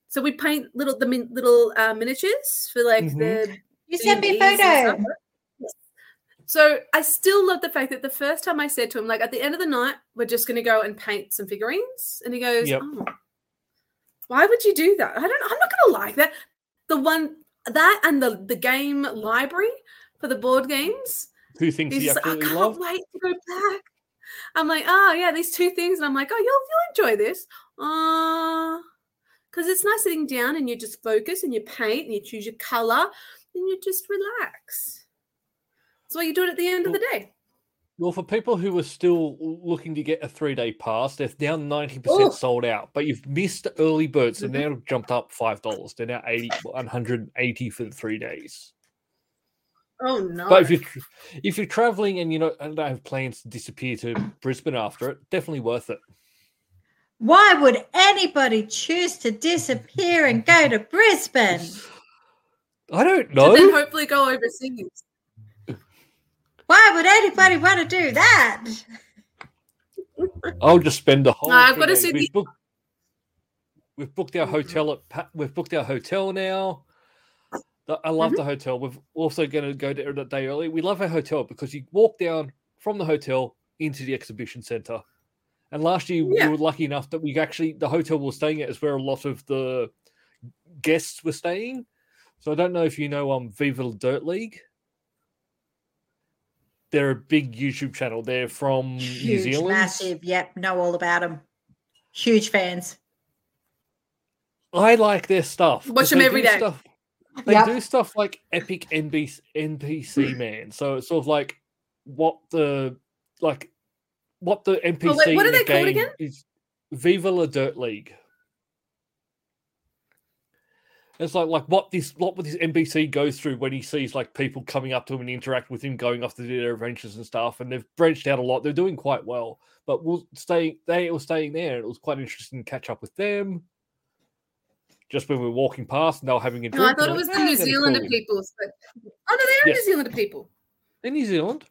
[SPEAKER 4] So we paint little the min, little uh, miniatures for like
[SPEAKER 1] Mhm.
[SPEAKER 4] the
[SPEAKER 3] You sent me a
[SPEAKER 4] DVDs and
[SPEAKER 3] photo.
[SPEAKER 4] stuff. So I still love the fact that the first time I said to him, like at the end of the night, we're just going to go and paint some figurines, and he goes,
[SPEAKER 1] Yep.
[SPEAKER 4] "Oh, why would you do that? I don't. I'm not going to like that. The one that and the the game library for the board games.
[SPEAKER 1] Two things
[SPEAKER 4] He's
[SPEAKER 1] you
[SPEAKER 4] just like, I
[SPEAKER 1] absolutely
[SPEAKER 4] can't
[SPEAKER 1] love.
[SPEAKER 4] wait to go back. I'm like, oh yeah, these two things, and I'm like, oh, you'll you'll enjoy this, uh, because it's nice sitting down and you just focus and you paint and you choose your color and you just relax. That's why you do it at the end of the day.
[SPEAKER 1] Well, for people who are still looking to get a three day pass, they're now 90%
[SPEAKER 4] Oh.
[SPEAKER 1] sold out, but you've missed the early birds. They're
[SPEAKER 4] Mhm.
[SPEAKER 1] now jumped up $5. They're now 80, 180 for the three days.
[SPEAKER 4] Oh no!
[SPEAKER 1] But if you're, tr- if you're traveling and you know, and don't have plans to disappear to Brisbane after it, definitely worth it.
[SPEAKER 3] Why would anybody choose to disappear and go to Brisbane?
[SPEAKER 1] I don't
[SPEAKER 4] To
[SPEAKER 1] know.
[SPEAKER 4] then hopefully go overseas.
[SPEAKER 3] Why would anybody want to do that?
[SPEAKER 1] I'll just spend the whole.
[SPEAKER 4] Nah, I've
[SPEAKER 1] three
[SPEAKER 4] gotta
[SPEAKER 1] days.
[SPEAKER 4] see the-
[SPEAKER 1] We've, booked, we've booked our
[SPEAKER 4] Mhm.
[SPEAKER 1] hotel at. Pa- We've booked our hotel now. The- I love
[SPEAKER 4] Mm-hmm.
[SPEAKER 1] the hotel. We're also going to go there that day early. We love our hotel because you walk down from the hotel into the exhibition center. And last year
[SPEAKER 4] Yeah.
[SPEAKER 1] we were lucky enough that we actually the hotel we were staying at is where a lot of the guests were staying. So I don't know if you know um Viva La Dirt League. They're a big YouTube channel. They're from New
[SPEAKER 3] Huge,
[SPEAKER 1] Zealand.
[SPEAKER 3] massive. Yep, know all about them. Huge fans.
[SPEAKER 1] I like their stuff.
[SPEAKER 4] Watch
[SPEAKER 1] 'cause
[SPEAKER 4] them
[SPEAKER 1] they
[SPEAKER 4] every
[SPEAKER 1] do
[SPEAKER 4] day.
[SPEAKER 1] Stuff, they
[SPEAKER 3] Yep.
[SPEAKER 1] do stuff like epic NBC,
[SPEAKER 4] Mm.
[SPEAKER 1] NPC man. So it's sort of like what the like what the NPC
[SPEAKER 4] what are
[SPEAKER 1] in the
[SPEAKER 4] they called
[SPEAKER 1] game
[SPEAKER 4] again?
[SPEAKER 1] is Viva La Dirt League. It's like like what this what would this NPC go through when he sees like people coming up to him and interact with him, going off to do their adventures and stuff. And they've branched out a lot. They're doing quite well. But we'll stay they were staying there. It was quite interesting to catch up with them. Just when we were walking past and they were having a drink.
[SPEAKER 4] No, I
[SPEAKER 1] and
[SPEAKER 4] thought
[SPEAKER 1] we're
[SPEAKER 4] it was
[SPEAKER 1] like,
[SPEAKER 4] the
[SPEAKER 1] "Ah,
[SPEAKER 4] New
[SPEAKER 1] that'd be
[SPEAKER 4] Zealander
[SPEAKER 1] cool."
[SPEAKER 4] people. But... Oh no, they are
[SPEAKER 1] Yes.
[SPEAKER 4] New Zealander people.
[SPEAKER 1] In New Zealand?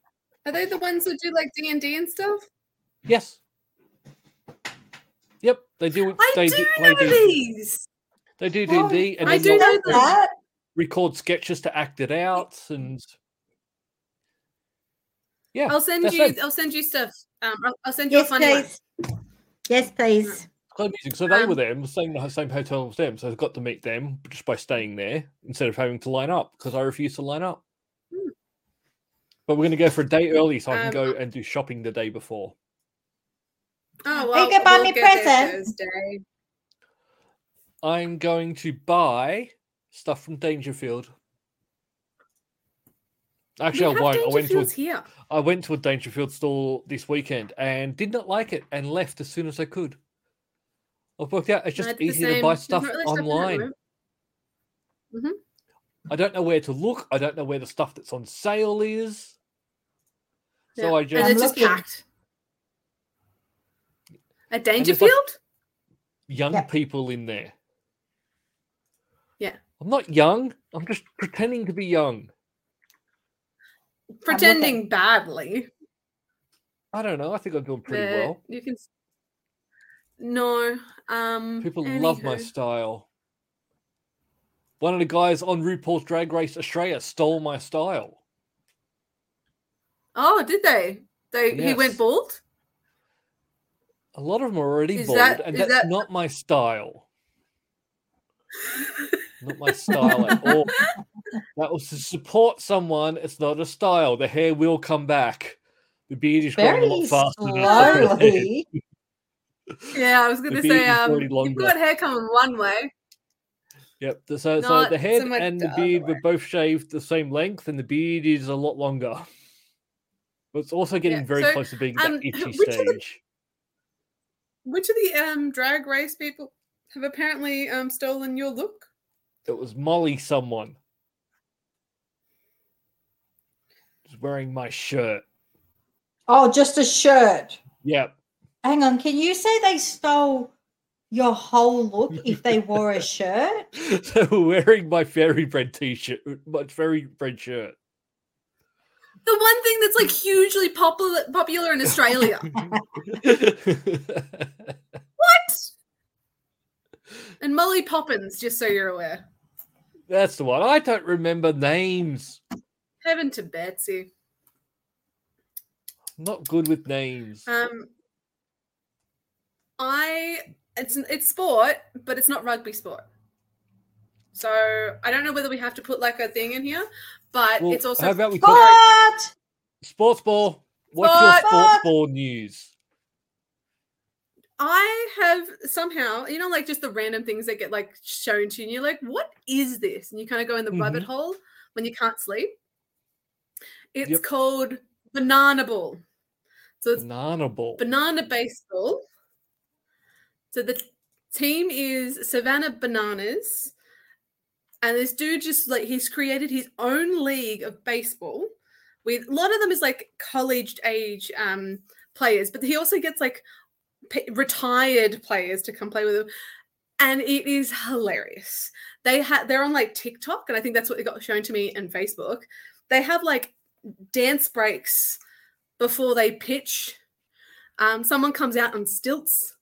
[SPEAKER 4] Are they the ones that do like D and D and stuff?
[SPEAKER 1] Yes. Yep, they do.
[SPEAKER 4] I
[SPEAKER 1] they
[SPEAKER 4] do
[SPEAKER 1] play
[SPEAKER 4] know
[SPEAKER 1] D-
[SPEAKER 4] these.
[SPEAKER 1] They do D
[SPEAKER 3] Oh,
[SPEAKER 1] and D, and
[SPEAKER 4] I
[SPEAKER 1] then
[SPEAKER 4] do
[SPEAKER 1] they'll
[SPEAKER 4] know them.
[SPEAKER 3] that.
[SPEAKER 1] record sketches to act it out. And yeah,
[SPEAKER 4] I'll send
[SPEAKER 1] that's
[SPEAKER 4] you.
[SPEAKER 1] them.
[SPEAKER 4] I'll send you stuff. Um, I'll, I'll send you
[SPEAKER 3] Yes,
[SPEAKER 4] a funny one.
[SPEAKER 3] please. Yes, please.
[SPEAKER 1] club music. So they
[SPEAKER 4] Um,
[SPEAKER 1] were there, and staying in the same hotel as them. So I got to meet them just by staying there instead of having to line up because I refuse to line up.
[SPEAKER 4] Hmm.
[SPEAKER 1] But we're going to go for a day early so I can
[SPEAKER 4] Um,
[SPEAKER 1] go and do shopping the day before.
[SPEAKER 4] Oh,
[SPEAKER 3] Are you gonna buy me
[SPEAKER 4] get there
[SPEAKER 3] present?
[SPEAKER 4] Thursday.
[SPEAKER 1] I'm going to buy stuff from Dangerfield. Actually, I
[SPEAKER 4] we have
[SPEAKER 1] won't. I went to a
[SPEAKER 4] Dangerfields here.
[SPEAKER 1] I went to a Dangerfield store this weekend and did not like it and left as soon as I could. I've worked out it's
[SPEAKER 4] No,
[SPEAKER 1] just
[SPEAKER 4] it's the
[SPEAKER 1] easy to
[SPEAKER 4] same.
[SPEAKER 1] buy
[SPEAKER 4] There's
[SPEAKER 1] stuff
[SPEAKER 4] not really in that
[SPEAKER 1] online.
[SPEAKER 4] room.
[SPEAKER 1] I don't know where to look. I don't know where the stuff that's on sale is. So
[SPEAKER 4] Yeah.
[SPEAKER 1] I just
[SPEAKER 4] and it's
[SPEAKER 3] I'm
[SPEAKER 4] just
[SPEAKER 3] looking.
[SPEAKER 4] packed. At
[SPEAKER 1] there's, like-
[SPEAKER 4] Dangerfield?
[SPEAKER 1] young
[SPEAKER 3] Yeah.
[SPEAKER 1] people in there.
[SPEAKER 4] Yeah.
[SPEAKER 1] I'm not young. I'm just pretending to be young.
[SPEAKER 4] Pretending badly.
[SPEAKER 1] I don't know. I think I'm doing pretty
[SPEAKER 4] but
[SPEAKER 1] well.
[SPEAKER 4] You can. s- No. Um.
[SPEAKER 1] People love my
[SPEAKER 4] anywho.
[SPEAKER 1] style. One of the guys on RuPaul's Drag Race Australia stole my style.
[SPEAKER 4] Oh, did they? They he went
[SPEAKER 1] Yes.
[SPEAKER 4] bald.
[SPEAKER 1] A lot of them are already
[SPEAKER 4] Is
[SPEAKER 1] bald,
[SPEAKER 4] that-
[SPEAKER 1] and
[SPEAKER 4] is
[SPEAKER 1] that's
[SPEAKER 4] that-
[SPEAKER 1] not my style. not my style at all. That was to support someone. It's not a style. The hair will come back. The beard is growing a lot
[SPEAKER 3] Very
[SPEAKER 1] faster than the facial hair.
[SPEAKER 3] slowly.
[SPEAKER 4] Yeah, I was
[SPEAKER 1] The
[SPEAKER 4] gonna
[SPEAKER 1] beard
[SPEAKER 4] say
[SPEAKER 1] is
[SPEAKER 4] um.
[SPEAKER 1] already
[SPEAKER 4] You've
[SPEAKER 1] longer.
[SPEAKER 4] got hair coming one way.
[SPEAKER 1] Yep. the- So, so
[SPEAKER 4] Not
[SPEAKER 1] the head
[SPEAKER 4] so much
[SPEAKER 1] and
[SPEAKER 4] the
[SPEAKER 1] the
[SPEAKER 4] other
[SPEAKER 1] beard were
[SPEAKER 4] way.
[SPEAKER 1] both shaved the same length, and the beard is a lot longer. But it's also getting
[SPEAKER 4] Yeah,
[SPEAKER 1] very
[SPEAKER 4] so,
[SPEAKER 1] close to being
[SPEAKER 4] um,
[SPEAKER 1] that itchy
[SPEAKER 4] which of the-
[SPEAKER 1] stage.
[SPEAKER 4] Which of the um drag race people have apparently um stolen your look?
[SPEAKER 1] It was Molly someone. Was wearing my shirt.
[SPEAKER 3] Oh, just a shirt.
[SPEAKER 1] Yep.
[SPEAKER 3] Hang on. Can you say they stole your whole look if they wore a shirt?
[SPEAKER 1] So wearing my fairy bread t-shirt, my fairy bread shirt.
[SPEAKER 4] The one thing that's like hugely popular popular in Australia. what? And Molly Poppins, just so you're aware.
[SPEAKER 1] That's the one. I don't remember names.
[SPEAKER 4] Heaven to Betsy.
[SPEAKER 1] I'm not good with names.
[SPEAKER 4] Um, I it's it's sport, but it's not rugby sport. So I don't know whether we have to put like a thing in here, but
[SPEAKER 1] Well,
[SPEAKER 4] it's also
[SPEAKER 1] how about we
[SPEAKER 4] sport.
[SPEAKER 1] put-
[SPEAKER 3] What?
[SPEAKER 1] Sports ball. What's your
[SPEAKER 4] Sports
[SPEAKER 1] sports ball
[SPEAKER 3] ball.
[SPEAKER 1] news?
[SPEAKER 4] I have somehow you know like just the random things that get like shown to you, and you're like, what is this? And you kind of go in the rabbit hole when you can't sleep. It's
[SPEAKER 1] Yep.
[SPEAKER 4] called banana ball. So it's
[SPEAKER 1] Banana ball.
[SPEAKER 4] banana baseball. So the team is Savannah Bananas, and this dude just like he's created his own league of baseball. With a lot of them is like college age um, players, but he also gets like p- retired players to come play with him, and it is hilarious. They had they're on like TikTok, and I think that's what it got shown to me and Facebook. They have like dance breaks before they pitch um, someone comes out on stilts.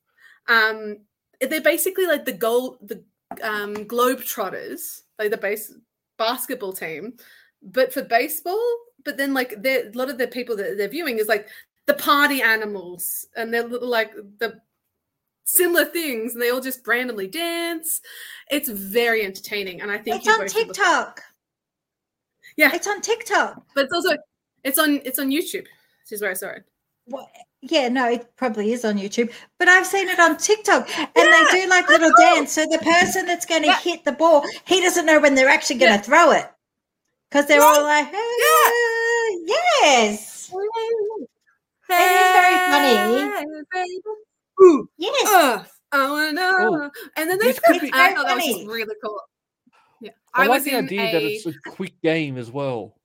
[SPEAKER 4] Um, they're basically like the goal, the um, Globetrotters, like the base basketball team, but for baseball. But then, like, they're- a lot of the people that they're viewing is like the party animals, and they're little, like the similar things, and they all just randomly dance. It's very entertaining, and I think
[SPEAKER 3] It's
[SPEAKER 4] you
[SPEAKER 3] on
[SPEAKER 4] both should look-
[SPEAKER 3] TikTok.
[SPEAKER 4] Yeah.
[SPEAKER 3] It's on TikTok.
[SPEAKER 4] but it's also it's on it's on YouTube. Which is where I saw it.
[SPEAKER 3] Yeah, no, it probably is on YouTube, but I've seen it on TikTok and they do like little dance. So the person that's going to
[SPEAKER 4] Yeah.
[SPEAKER 3] hit the ball, he doesn't know when they're actually going to
[SPEAKER 4] Yeah.
[SPEAKER 3] throw it because they're
[SPEAKER 4] Yeah.
[SPEAKER 3] all like, "Ah, yes, very
[SPEAKER 4] funny.
[SPEAKER 3] yes.
[SPEAKER 4] Ugh, oh, and uh, and then they
[SPEAKER 1] this could be-
[SPEAKER 4] could I thought that was just
[SPEAKER 3] Funny.
[SPEAKER 4] really cool. Yeah,
[SPEAKER 1] I,
[SPEAKER 4] I,
[SPEAKER 1] like
[SPEAKER 4] was
[SPEAKER 1] the
[SPEAKER 4] in
[SPEAKER 1] idea that
[SPEAKER 4] a
[SPEAKER 1] it's a quick game as well.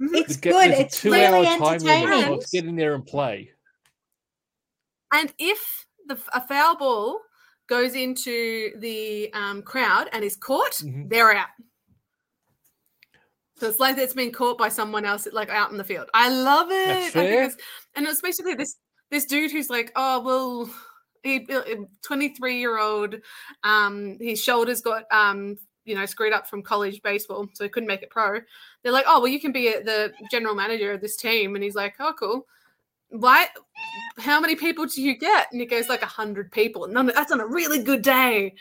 [SPEAKER 4] Mhm.
[SPEAKER 3] It's
[SPEAKER 1] There's get-
[SPEAKER 3] good.
[SPEAKER 1] there's a
[SPEAKER 3] It's really
[SPEAKER 1] two-hour time limit, so
[SPEAKER 3] entertaining.
[SPEAKER 1] Let's get in there and play.
[SPEAKER 4] and if the f- a foul ball goes into the um, crowd and is caught,
[SPEAKER 1] Mhm.
[SPEAKER 4] they're out. So it's like it's been caught by someone else, like out in the field. I love it. I think
[SPEAKER 1] fair.
[SPEAKER 4] it's- and it's basically this this dude who's like, oh well, he twenty three year old. Um, his shoulders got um, you know screwed up from college baseball, so he couldn't make it pro. They're like, oh well, you can be a, the general manager of this team, and he's like, oh cool. Why? How many people do you get? And he goes like a hundred people. And I'm like, that's on a really good day.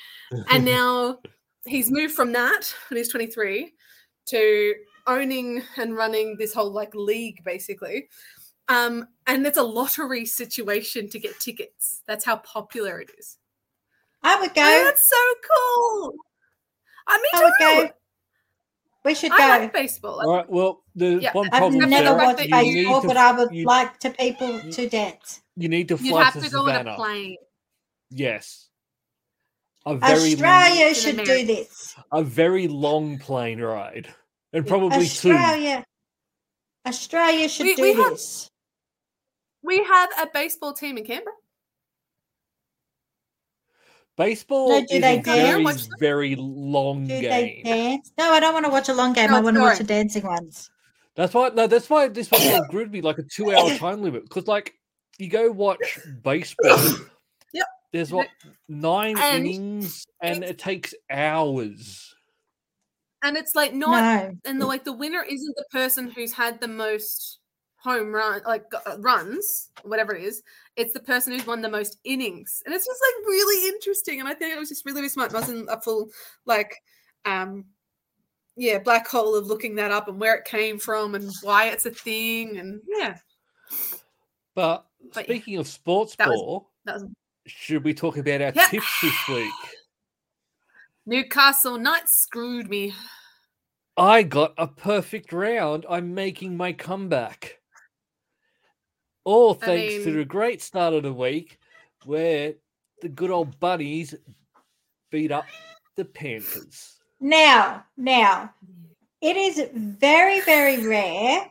[SPEAKER 4] And now he's moved from that when he's 23 to owning and running this whole like league basically um and it's a lottery situation to get tickets that's how popular it is
[SPEAKER 3] I would go.
[SPEAKER 4] oh, that's so cool i mean
[SPEAKER 3] I would go. We should
[SPEAKER 4] i
[SPEAKER 3] go.
[SPEAKER 4] like baseball
[SPEAKER 1] All right. Well, there's
[SPEAKER 4] Yeah,
[SPEAKER 1] one
[SPEAKER 3] I've
[SPEAKER 1] problem.
[SPEAKER 3] never
[SPEAKER 1] Sarah.
[SPEAKER 4] Sarah,
[SPEAKER 3] watched
[SPEAKER 1] you need
[SPEAKER 3] baseball,
[SPEAKER 1] to-
[SPEAKER 3] but I would
[SPEAKER 1] you-
[SPEAKER 3] like to people to dance.
[SPEAKER 1] You need to
[SPEAKER 4] you'd
[SPEAKER 1] fly
[SPEAKER 4] have
[SPEAKER 1] to
[SPEAKER 4] to go on a
[SPEAKER 1] Savannah.
[SPEAKER 4] plane
[SPEAKER 1] Yes. A very long,
[SPEAKER 3] Australia
[SPEAKER 4] in
[SPEAKER 3] should do
[SPEAKER 4] America.
[SPEAKER 3] this.
[SPEAKER 1] a very long plane ride, and
[SPEAKER 4] Yeah.
[SPEAKER 1] probably two.
[SPEAKER 3] Australia. Australia should
[SPEAKER 4] We-
[SPEAKER 3] do
[SPEAKER 4] we have-
[SPEAKER 3] this.
[SPEAKER 4] we have a baseball team in canberra
[SPEAKER 1] Baseball
[SPEAKER 3] No, do
[SPEAKER 1] is
[SPEAKER 3] they
[SPEAKER 1] a very,
[SPEAKER 4] dance?
[SPEAKER 1] very long
[SPEAKER 3] Do they
[SPEAKER 1] game.
[SPEAKER 3] dance? No, I don't want to watch a long game.
[SPEAKER 4] No,
[SPEAKER 3] I want to watch
[SPEAKER 4] sorry.
[SPEAKER 3] the dancing ones.
[SPEAKER 1] That's why. No, that's why this one was grid be like a two-hour time limit because, like, you go watch baseball.
[SPEAKER 4] Yep.
[SPEAKER 1] There's what nine
[SPEAKER 4] And
[SPEAKER 1] innings, and it takes hours.
[SPEAKER 4] and it's like not
[SPEAKER 3] No.
[SPEAKER 4] and the like the winner isn't the person who's had the most home run like g- uh, runs whatever it is it's the person who's won the most innings and it's just like really interesting and i think it was just really, really smart it wasn't a full like um yeah black hole of looking that up and where it came from and why it's a thing and yeah
[SPEAKER 1] But,
[SPEAKER 4] But yeah,
[SPEAKER 1] speaking of sports
[SPEAKER 4] that was-
[SPEAKER 1] ball,
[SPEAKER 4] that was
[SPEAKER 1] should we talk about our
[SPEAKER 4] Yeah.
[SPEAKER 1] tips this week?
[SPEAKER 4] Newcastle Knights screwed me.
[SPEAKER 1] I got a perfect round. I'm making my comeback. All
[SPEAKER 4] I
[SPEAKER 1] thanks to
[SPEAKER 4] mean-
[SPEAKER 1] the great start of the week where the good old bunnies beat up the Panthers.
[SPEAKER 3] Now, now, it is very, very rare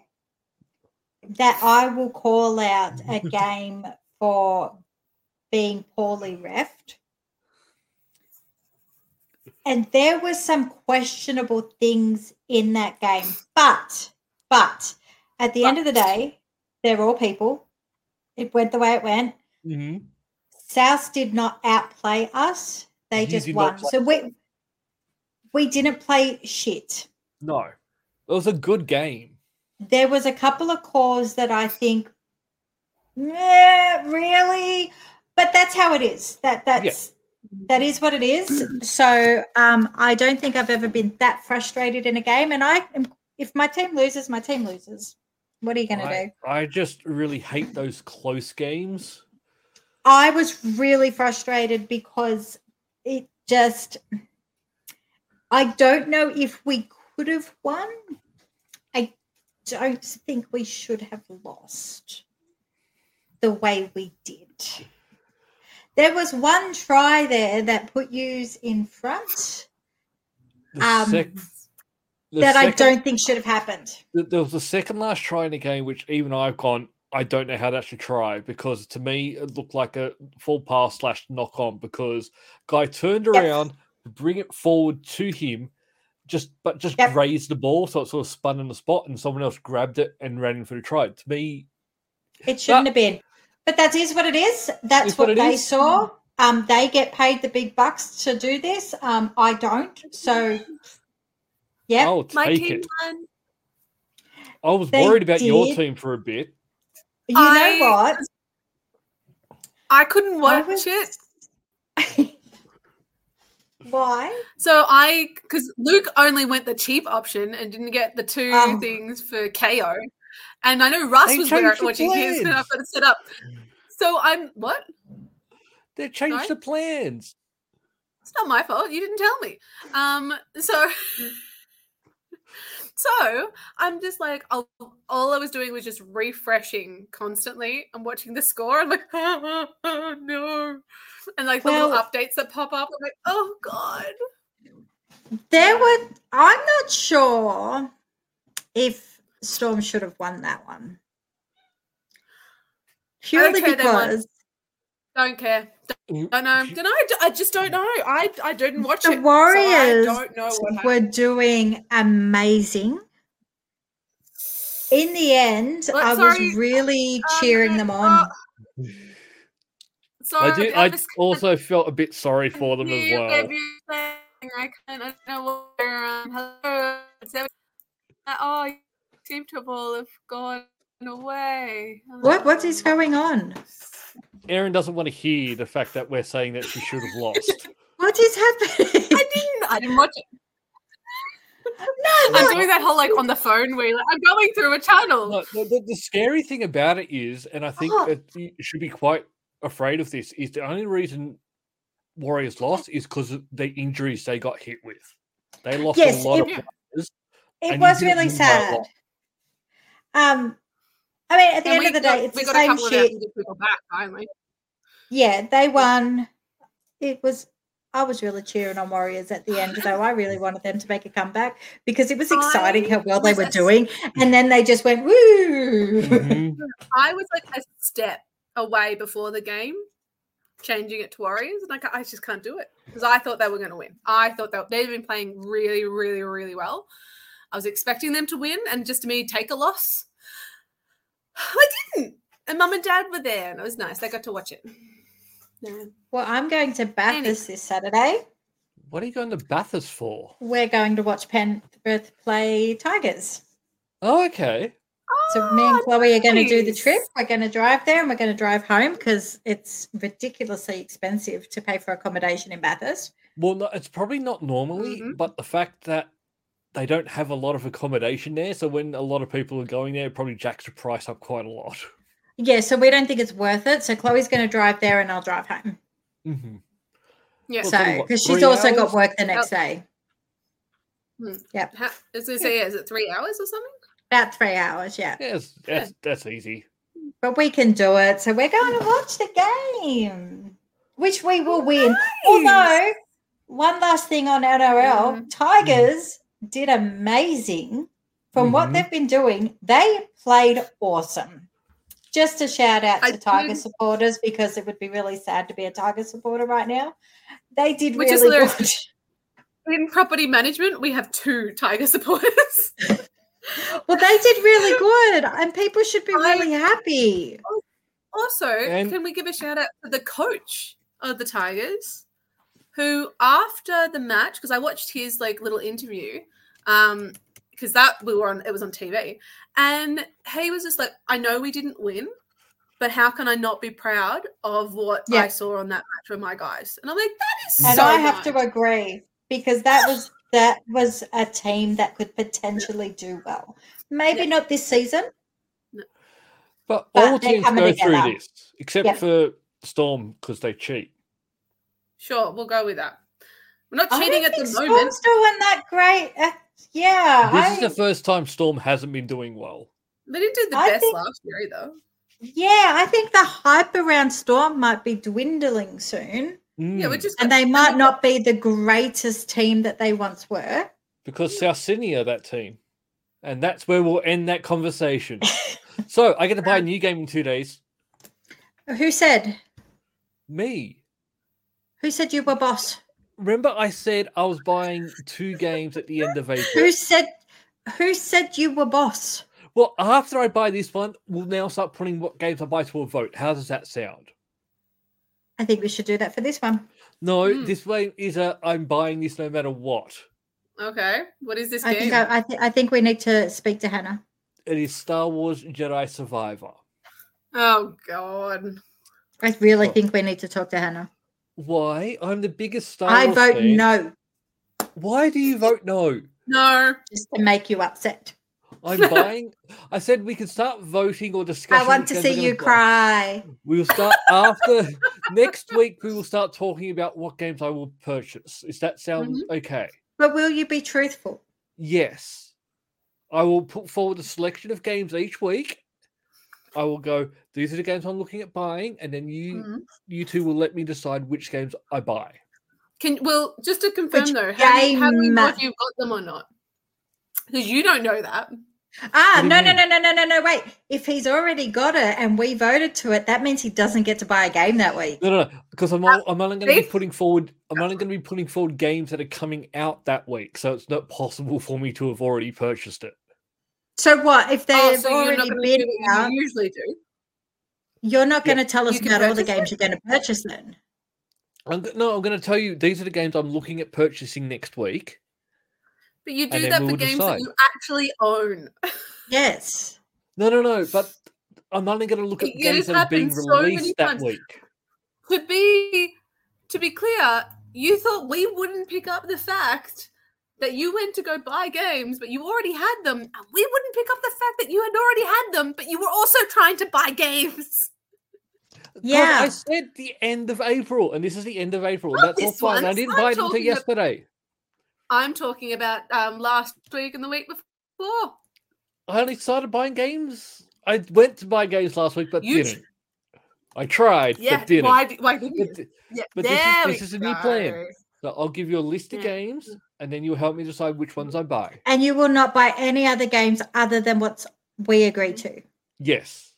[SPEAKER 3] that I will call out a game for being poorly refed. And there were some questionable things in that game. But, but at the end of the day, they're all people. It went the way it went.
[SPEAKER 1] Mhm.
[SPEAKER 3] South did not outplay us. They
[SPEAKER 1] You
[SPEAKER 3] just
[SPEAKER 1] did not
[SPEAKER 3] won.
[SPEAKER 1] play-
[SPEAKER 3] So we we didn't play shit.
[SPEAKER 1] No, it was a good game.
[SPEAKER 3] There was a couple of calls that I think, yeah, really, but that's how it is. That that's that is what it is. So um, I don't think I've ever been that frustrated in a game. And I am, if my team loses, my team loses. What are you going to do?
[SPEAKER 1] I, I just really hate those close games.
[SPEAKER 3] I was really frustrated because it just I don't know if we could have won. I don't think we should have lost the way we did. There was one try there that put yous in front
[SPEAKER 1] The
[SPEAKER 3] Um,
[SPEAKER 1] sec- the
[SPEAKER 3] that I
[SPEAKER 1] second-
[SPEAKER 3] don't think should have happened.
[SPEAKER 1] th- there was a second last try in the game, which even I've gone, I don't know how that's a try because to me it looked like a full pass slash knock on because guy turned around to bring it forward to him, just but just
[SPEAKER 3] Yep.
[SPEAKER 1] grazed the ball, so it sort of spun in the spot, and someone else grabbed it and ran in for the try. To me,
[SPEAKER 3] It shouldn't have been. But that is what it is. That's
[SPEAKER 1] It's what
[SPEAKER 3] what,
[SPEAKER 1] it
[SPEAKER 3] they
[SPEAKER 1] is.
[SPEAKER 3] saw. Um, they get paid the big bucks to do this. Um, I don't. So, yeah.
[SPEAKER 1] I'll
[SPEAKER 4] My
[SPEAKER 1] take
[SPEAKER 4] team
[SPEAKER 1] it.
[SPEAKER 4] won.
[SPEAKER 1] I was
[SPEAKER 3] they
[SPEAKER 1] worried about your
[SPEAKER 3] did.
[SPEAKER 1] team for a bit.
[SPEAKER 3] you know
[SPEAKER 4] I-
[SPEAKER 3] what?
[SPEAKER 4] I couldn't
[SPEAKER 3] I
[SPEAKER 4] watch
[SPEAKER 3] was-
[SPEAKER 4] it.
[SPEAKER 3] Why?
[SPEAKER 4] So I, because Luke only went the cheap option and didn't get the two
[SPEAKER 3] Oh.
[SPEAKER 4] things for KO, and I know
[SPEAKER 1] Um,
[SPEAKER 4] Russ
[SPEAKER 1] They
[SPEAKER 4] was there
[SPEAKER 1] changed the
[SPEAKER 4] watching his, and
[SPEAKER 1] plans.
[SPEAKER 4] I've got it set up. So I'm what?
[SPEAKER 1] They changed
[SPEAKER 4] Sorry?
[SPEAKER 1] the plans.
[SPEAKER 4] It's not my fault. You didn't tell me. Um, so, so I'm just like, I'll, all I was doing was just refreshing constantly. I'm watching the score. I'm like, oh, no, and like the little
[SPEAKER 3] Well-
[SPEAKER 4] updates that pop up. I'm like, oh god.
[SPEAKER 3] There were, I'm not sure if Storm should have won that one. Purely
[SPEAKER 4] Okay, they won.
[SPEAKER 3] because
[SPEAKER 4] Don't care.
[SPEAKER 1] Mm,
[SPEAKER 4] Don't know. Don't know. I ju- I just don't know. I I didn't watch
[SPEAKER 3] The
[SPEAKER 4] it. so
[SPEAKER 3] Warriors
[SPEAKER 4] I don't know what happened.
[SPEAKER 3] were doing amazing. In the end,
[SPEAKER 4] Well,
[SPEAKER 3] I
[SPEAKER 4] sorry,
[SPEAKER 3] was really
[SPEAKER 1] Oh,
[SPEAKER 4] um,
[SPEAKER 3] cheering them on.
[SPEAKER 4] So
[SPEAKER 1] I did.
[SPEAKER 4] I
[SPEAKER 1] I
[SPEAKER 4] just
[SPEAKER 1] also felt a bit sorry for them as
[SPEAKER 4] knew
[SPEAKER 1] well.
[SPEAKER 4] they'd be playing. I can't. I don't know what. they're, Um, hello. Is that- uh, Oh, you seem to have all have gone away. "Oh,
[SPEAKER 3] What what is going on?
[SPEAKER 1] Erin doesn't want to hear the fact that we're saying that she should have lost.
[SPEAKER 3] What is happening?
[SPEAKER 4] I didn't. I didn't watch it.
[SPEAKER 3] no,
[SPEAKER 4] I'm
[SPEAKER 3] no,
[SPEAKER 4] doing that whole like on the phone where like, I'm going through a channel.
[SPEAKER 1] Look, the, the, the scary thing about it is, and I think
[SPEAKER 3] Oh.
[SPEAKER 1] that you should be quite afraid of this, is the only reason Warriors lost is because of the injuries they got hit with. They lost
[SPEAKER 3] Yes,
[SPEAKER 1] a lot
[SPEAKER 3] it-
[SPEAKER 1] of
[SPEAKER 4] Yeah.
[SPEAKER 1] and
[SPEAKER 3] it
[SPEAKER 1] you
[SPEAKER 3] was
[SPEAKER 1] didn't win
[SPEAKER 3] really
[SPEAKER 1] by a
[SPEAKER 3] sad.
[SPEAKER 1] lot.
[SPEAKER 3] Um, I mean, at the
[SPEAKER 4] And
[SPEAKER 3] end
[SPEAKER 4] we
[SPEAKER 3] of the
[SPEAKER 4] got-
[SPEAKER 3] day, it's
[SPEAKER 4] we
[SPEAKER 3] the
[SPEAKER 4] got a
[SPEAKER 3] same
[SPEAKER 4] couple
[SPEAKER 3] shit.
[SPEAKER 4] of people back finally.
[SPEAKER 3] Yeah, they won. It was. I was really cheering on Warriors at the end, though. I really wanted them to make a comeback because it was exciting how well they
[SPEAKER 4] was
[SPEAKER 3] were
[SPEAKER 4] a-
[SPEAKER 3] doing, and then they just went woo.
[SPEAKER 1] Mhm.
[SPEAKER 4] I was like a step away before the game, changing it to Warriors, and I, ca- I just can't do it because I thought they were going to win. I thought that they'd been playing really, really, really well. I was expecting them to win and just me take a loss. I didn't. And mum and dad were there, and it was nice. They got to watch it. Yeah.
[SPEAKER 3] Well, I'm going to Bathurst this Saturday.
[SPEAKER 1] What are you going to Bathurst for?
[SPEAKER 3] We're going to watch Penrith play Tigers.
[SPEAKER 1] Oh, okay.
[SPEAKER 3] So me and Chloe are going to do the
[SPEAKER 4] nice.
[SPEAKER 3] trip. We're going to drive there and we're going to drive home because it's ridiculously expensive to pay for accommodation in Bathurst.
[SPEAKER 1] Well, no, it's probably not normally,
[SPEAKER 3] Mm-hmm.
[SPEAKER 4] Mhm.
[SPEAKER 1] but the fact that they don't have a lot of accommodation there, so when a lot of people are going there, it probably jacks the price up quite a lot.
[SPEAKER 3] Mm-hmm. Yeah, so we don't think it's worth it. So Chloe's going to drive there and I'll drive home.
[SPEAKER 1] Mhm.
[SPEAKER 4] Yeah.
[SPEAKER 1] Well,
[SPEAKER 3] so,
[SPEAKER 1] probably, what,
[SPEAKER 3] because she's
[SPEAKER 1] three
[SPEAKER 3] also
[SPEAKER 1] hours?
[SPEAKER 3] got work the next day,
[SPEAKER 4] How, as I say, is it three hours or something?
[SPEAKER 3] about three hours. Yeah.
[SPEAKER 1] Yes, that's, that's easy.
[SPEAKER 3] But we can do it. So we're going to watch the game, which we
[SPEAKER 4] Oh,
[SPEAKER 3] will win. Although, one last thing on NRL
[SPEAKER 4] Mm-hmm.
[SPEAKER 3] Tigers did amazing from what
[SPEAKER 4] Mm-hmm.
[SPEAKER 1] Mhm.
[SPEAKER 3] they've been doing. They played awesome. Just a shout out
[SPEAKER 4] I
[SPEAKER 3] to Tiger
[SPEAKER 4] did-
[SPEAKER 3] supporters because it would be really sad to be a Tiger supporter right now. They did
[SPEAKER 4] Which is
[SPEAKER 3] really
[SPEAKER 4] hilarious.
[SPEAKER 3] good.
[SPEAKER 4] In property management, we have two tiger supporters.
[SPEAKER 3] Well, they did really good, and people should be
[SPEAKER 4] I-
[SPEAKER 3] really happy.
[SPEAKER 4] Also,
[SPEAKER 1] And-
[SPEAKER 4] can we give a shout out to the coach of the Tigers, who after the match, because I watched his like little interview, um, because that we were on, it was on TV, and he was just like, I know we didn't win, but how can I not be proud of what
[SPEAKER 3] Yeah.
[SPEAKER 4] I saw on that match with my guys? And I'm like, that is
[SPEAKER 3] And
[SPEAKER 4] so.
[SPEAKER 3] I have
[SPEAKER 4] nice."
[SPEAKER 3] to agree because that was that was a team that could potentially do well. Maybe
[SPEAKER 4] Yeah.
[SPEAKER 3] not this season.
[SPEAKER 1] But,
[SPEAKER 3] But
[SPEAKER 1] all
[SPEAKER 3] they're
[SPEAKER 1] teams
[SPEAKER 3] coming
[SPEAKER 1] go through
[SPEAKER 3] together.
[SPEAKER 1] this, except
[SPEAKER 3] Yeah.
[SPEAKER 1] for Storm because they cheat.
[SPEAKER 4] Sure, we'll go with that. We're not
[SPEAKER 3] I
[SPEAKER 4] cheating
[SPEAKER 3] don't
[SPEAKER 4] at
[SPEAKER 3] think
[SPEAKER 4] the
[SPEAKER 3] Storm's
[SPEAKER 4] moment.
[SPEAKER 3] doing that great. Uh, yeah,
[SPEAKER 1] This is
[SPEAKER 3] I,
[SPEAKER 1] the first time Storm hasn't been doing well.
[SPEAKER 4] They didn't do the
[SPEAKER 3] I
[SPEAKER 4] best
[SPEAKER 3] think-
[SPEAKER 4] last year either.
[SPEAKER 3] yeah. I think the hype around Storm might be dwindling soon,
[SPEAKER 4] Yeah,
[SPEAKER 1] Mm,
[SPEAKER 4] we're just
[SPEAKER 3] and they might not be the greatest team that they once were.
[SPEAKER 1] because South Sydney are that team, and that's where we'll end that conversation. so I get to buy
[SPEAKER 3] Um,
[SPEAKER 1] a new game in two days.
[SPEAKER 3] Who said?
[SPEAKER 1] Me.
[SPEAKER 3] Who said you were boss?
[SPEAKER 1] Remember, I said I was buying two games at the end of April.
[SPEAKER 3] Who said? Who said you were boss?
[SPEAKER 1] Well, after I buy this one, we'll now start putting what games I buy to a vote. How does that sound?
[SPEAKER 3] I think we should do that for this one.
[SPEAKER 1] No,
[SPEAKER 3] Hmm.
[SPEAKER 4] Mm.
[SPEAKER 1] this way is a I'm buying this no matter what.
[SPEAKER 4] Okay, what is this
[SPEAKER 3] I
[SPEAKER 4] game?
[SPEAKER 3] think I, I, th- I think we need to speak to Hannah.
[SPEAKER 1] It is Star Wars Jedi Survivor.
[SPEAKER 4] Oh God.
[SPEAKER 3] I really
[SPEAKER 1] Oh.
[SPEAKER 3] think we need to talk to Hannah.
[SPEAKER 1] Why? I'm the biggest Star
[SPEAKER 3] I
[SPEAKER 1] Wars
[SPEAKER 3] vote
[SPEAKER 1] fan.
[SPEAKER 3] no
[SPEAKER 1] Why do you vote no?
[SPEAKER 4] No.
[SPEAKER 3] just to make you upset.
[SPEAKER 1] I'm buying. I said we can start voting or discussing.
[SPEAKER 3] I want
[SPEAKER 1] which
[SPEAKER 3] to
[SPEAKER 1] games
[SPEAKER 3] see
[SPEAKER 1] we're
[SPEAKER 3] you
[SPEAKER 1] gonna buy.
[SPEAKER 3] cry.
[SPEAKER 1] We will start after next week. We will start talking about what games I will purchase. Is that sound
[SPEAKER 3] Mm-hmm.
[SPEAKER 1] okay?
[SPEAKER 3] But will you be truthful?
[SPEAKER 1] Yes. I will put forward a selection of games each week. I will go, these are the games I'm looking at buying, and then you
[SPEAKER 4] Mhm.
[SPEAKER 1] you two will let me decide which games I buy.
[SPEAKER 4] Can well just to confirm
[SPEAKER 3] Which
[SPEAKER 4] though, how do, you, how do you know
[SPEAKER 3] game?
[SPEAKER 4] if you've got them or not? Because you don't know that.
[SPEAKER 3] Ah,
[SPEAKER 1] What do you
[SPEAKER 3] no, no,
[SPEAKER 1] mean?
[SPEAKER 3] no, no, no, no, no. Wait. If he's already got it and we voted to it, that means he doesn't get to buy a game that week.
[SPEAKER 1] No, no, no, because I'm all, I'm only going to be
[SPEAKER 4] Dave?
[SPEAKER 1] putting forward I'm
[SPEAKER 4] Oh.
[SPEAKER 1] only going to be putting forward games that are coming out that week, so it's not possible for me to have already purchased it.
[SPEAKER 3] So what if they've
[SPEAKER 4] oh, so you're not
[SPEAKER 3] already
[SPEAKER 4] going to
[SPEAKER 3] been
[SPEAKER 4] do what
[SPEAKER 3] out?
[SPEAKER 4] you usually do.
[SPEAKER 3] You're not
[SPEAKER 1] Yeah.
[SPEAKER 3] going to tell us
[SPEAKER 4] You can
[SPEAKER 3] about all the
[SPEAKER 4] purchase
[SPEAKER 3] games you're going to purchase then.
[SPEAKER 1] I'm, go- no, I'm going to tell you these are the games I'm looking at purchasing next week.
[SPEAKER 4] But you
[SPEAKER 1] And
[SPEAKER 4] do
[SPEAKER 1] then
[SPEAKER 4] that
[SPEAKER 1] we
[SPEAKER 4] for
[SPEAKER 1] will
[SPEAKER 4] games
[SPEAKER 1] decide.
[SPEAKER 4] that you actually own.
[SPEAKER 3] Yes.
[SPEAKER 1] No, no, no, but I'm only going to look at
[SPEAKER 4] It- it
[SPEAKER 1] games
[SPEAKER 4] has
[SPEAKER 1] that are being
[SPEAKER 4] happened so many
[SPEAKER 1] released that
[SPEAKER 4] times.
[SPEAKER 1] week.
[SPEAKER 4] To be to be clear, you thought we wouldn't pick up the fact that you went to go buy games, but you already had them, and we wouldn't pick up the fact that you had already had them, but you were also trying to buy games.
[SPEAKER 1] God, I
[SPEAKER 3] Yeah.
[SPEAKER 1] said the end of April, and this is the end of April.
[SPEAKER 4] Not
[SPEAKER 1] That's all
[SPEAKER 4] this
[SPEAKER 1] fine.
[SPEAKER 4] one,
[SPEAKER 1] I
[SPEAKER 4] it's
[SPEAKER 1] didn't
[SPEAKER 4] not
[SPEAKER 1] buy it until
[SPEAKER 4] talking about-
[SPEAKER 1] yesterday.
[SPEAKER 4] I'm talking about um, last week and the week before.
[SPEAKER 1] I only started buying games. I went to buy games last week, but
[SPEAKER 4] You tr-
[SPEAKER 1] didn't. I tried,
[SPEAKER 4] Yeah,
[SPEAKER 1] but didn't.
[SPEAKER 4] why? d- Why didn't you?
[SPEAKER 1] But th-
[SPEAKER 4] Yeah,
[SPEAKER 1] but this is-
[SPEAKER 4] there
[SPEAKER 1] this
[SPEAKER 4] we
[SPEAKER 1] is a new plan.
[SPEAKER 4] go.
[SPEAKER 1] so I'll give you a list of
[SPEAKER 4] Yeah.
[SPEAKER 1] games, and then you help me decide which ones I buy.
[SPEAKER 3] And you will not buy any other games other than what's we agreed to.
[SPEAKER 1] Yes,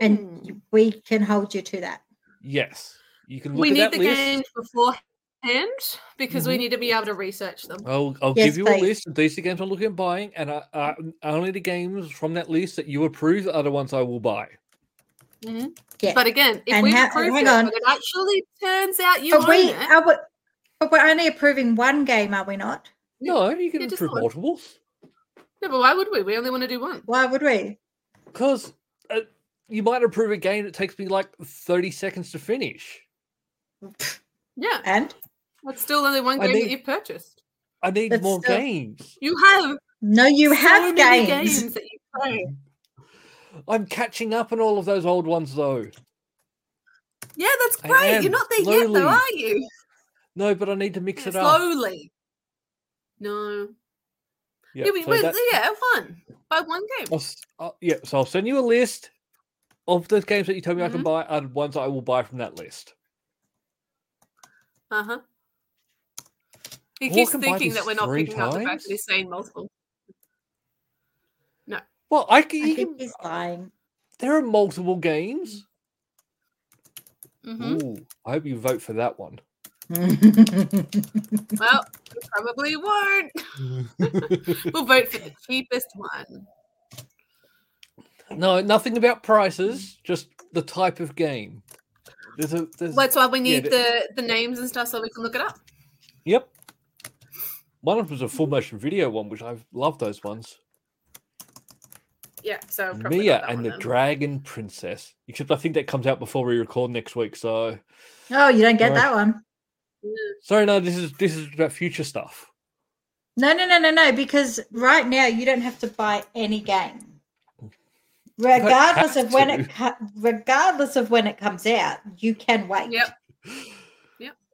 [SPEAKER 3] And
[SPEAKER 4] Mm.
[SPEAKER 3] you- we can hold you to that.
[SPEAKER 1] yes. You can look
[SPEAKER 4] we
[SPEAKER 1] at
[SPEAKER 4] need
[SPEAKER 1] that
[SPEAKER 4] the
[SPEAKER 1] list.
[SPEAKER 4] games beforehand because we
[SPEAKER 1] Mhm.
[SPEAKER 4] need to be able to research them.
[SPEAKER 1] I'll, I'll
[SPEAKER 3] Yes,
[SPEAKER 1] give you
[SPEAKER 3] please.
[SPEAKER 1] a list of these are the games I'm looking at buying, and I, I, only the games from that list that you approve are the ones I will buy.
[SPEAKER 3] Yeah.
[SPEAKER 4] But again,
[SPEAKER 3] Mm-hmm.
[SPEAKER 4] if
[SPEAKER 3] And
[SPEAKER 4] we
[SPEAKER 3] ha-
[SPEAKER 4] approve
[SPEAKER 3] hang
[SPEAKER 4] it,
[SPEAKER 3] on. Oh,
[SPEAKER 4] and it actually turns out you
[SPEAKER 3] But
[SPEAKER 4] own
[SPEAKER 3] we,
[SPEAKER 4] it.
[SPEAKER 3] are we, but we're only approving one game, are we not?
[SPEAKER 4] Yeah.
[SPEAKER 1] No, you can
[SPEAKER 4] Yeah, just
[SPEAKER 1] approve
[SPEAKER 4] one.
[SPEAKER 1] multiples
[SPEAKER 4] No, but why would we? We only want to do one.
[SPEAKER 3] Why would we?
[SPEAKER 1] because uh, you might approve a game that takes me like 30 seconds to finish.
[SPEAKER 4] Yeah,
[SPEAKER 3] And
[SPEAKER 4] that's still only one
[SPEAKER 1] I
[SPEAKER 4] game
[SPEAKER 1] need-
[SPEAKER 4] that you've purchased.
[SPEAKER 1] I need
[SPEAKER 3] That's
[SPEAKER 1] more
[SPEAKER 3] still-
[SPEAKER 1] games.
[SPEAKER 4] You have
[SPEAKER 3] no, you
[SPEAKER 4] so
[SPEAKER 3] have
[SPEAKER 4] many
[SPEAKER 3] games.
[SPEAKER 4] games that you play.
[SPEAKER 1] Mm-hmm. I'm catching up on all of those old ones though.
[SPEAKER 4] Yeah, that's
[SPEAKER 1] I
[SPEAKER 4] great.
[SPEAKER 1] am,
[SPEAKER 4] You're not there yet,
[SPEAKER 1] slowly.
[SPEAKER 4] though, are you?
[SPEAKER 1] No, but I need to mix
[SPEAKER 4] Yeah,
[SPEAKER 1] it up.
[SPEAKER 4] slowly. No.
[SPEAKER 1] Yeah,
[SPEAKER 4] yeah, we,
[SPEAKER 1] so
[SPEAKER 4] we-
[SPEAKER 1] that-
[SPEAKER 4] yeah, one by one game.
[SPEAKER 1] I'll s- uh, yeah, so I'll send you a list of the games that you told me I can
[SPEAKER 4] Mhm.
[SPEAKER 1] buy and ones I will buy from that list.
[SPEAKER 4] Uh huh. He
[SPEAKER 1] Walk
[SPEAKER 4] keeps
[SPEAKER 1] and buy
[SPEAKER 4] thinking
[SPEAKER 1] these
[SPEAKER 4] that we're not
[SPEAKER 1] three
[SPEAKER 4] picking up the fact
[SPEAKER 1] times?
[SPEAKER 4] that he's saying multiple.
[SPEAKER 1] Well, I can.
[SPEAKER 3] I
[SPEAKER 1] You
[SPEAKER 3] think
[SPEAKER 1] can
[SPEAKER 3] he's lying.
[SPEAKER 1] there are multiple games.
[SPEAKER 4] Mm-hmm.
[SPEAKER 1] Ooh, I hope you vote for that one.
[SPEAKER 4] Well, we probably won't. We'll vote for the cheapest one.
[SPEAKER 1] No, nothing about prices, just the type of game. There's a there's
[SPEAKER 4] Well, That's why we need
[SPEAKER 1] but-
[SPEAKER 4] the the names and stuff so we can look it up.
[SPEAKER 1] yep. One of them was a full motion video one, which I love those ones.
[SPEAKER 4] Yeah. So probably
[SPEAKER 1] Mia
[SPEAKER 4] not that
[SPEAKER 1] and
[SPEAKER 4] one
[SPEAKER 1] the
[SPEAKER 4] then.
[SPEAKER 1] Dragon Princess. Except I think that comes out before we record next week. So
[SPEAKER 3] oh, you don't get
[SPEAKER 1] Right.
[SPEAKER 3] that one.
[SPEAKER 1] sorry, no, this is this is about future stuff.
[SPEAKER 3] No, no, no, no, no. Because right now you don't have to buy any game, regardless
[SPEAKER 1] have
[SPEAKER 3] of when
[SPEAKER 1] to.
[SPEAKER 3] it co- regardless of when it comes out. You can wait.
[SPEAKER 4] Yep.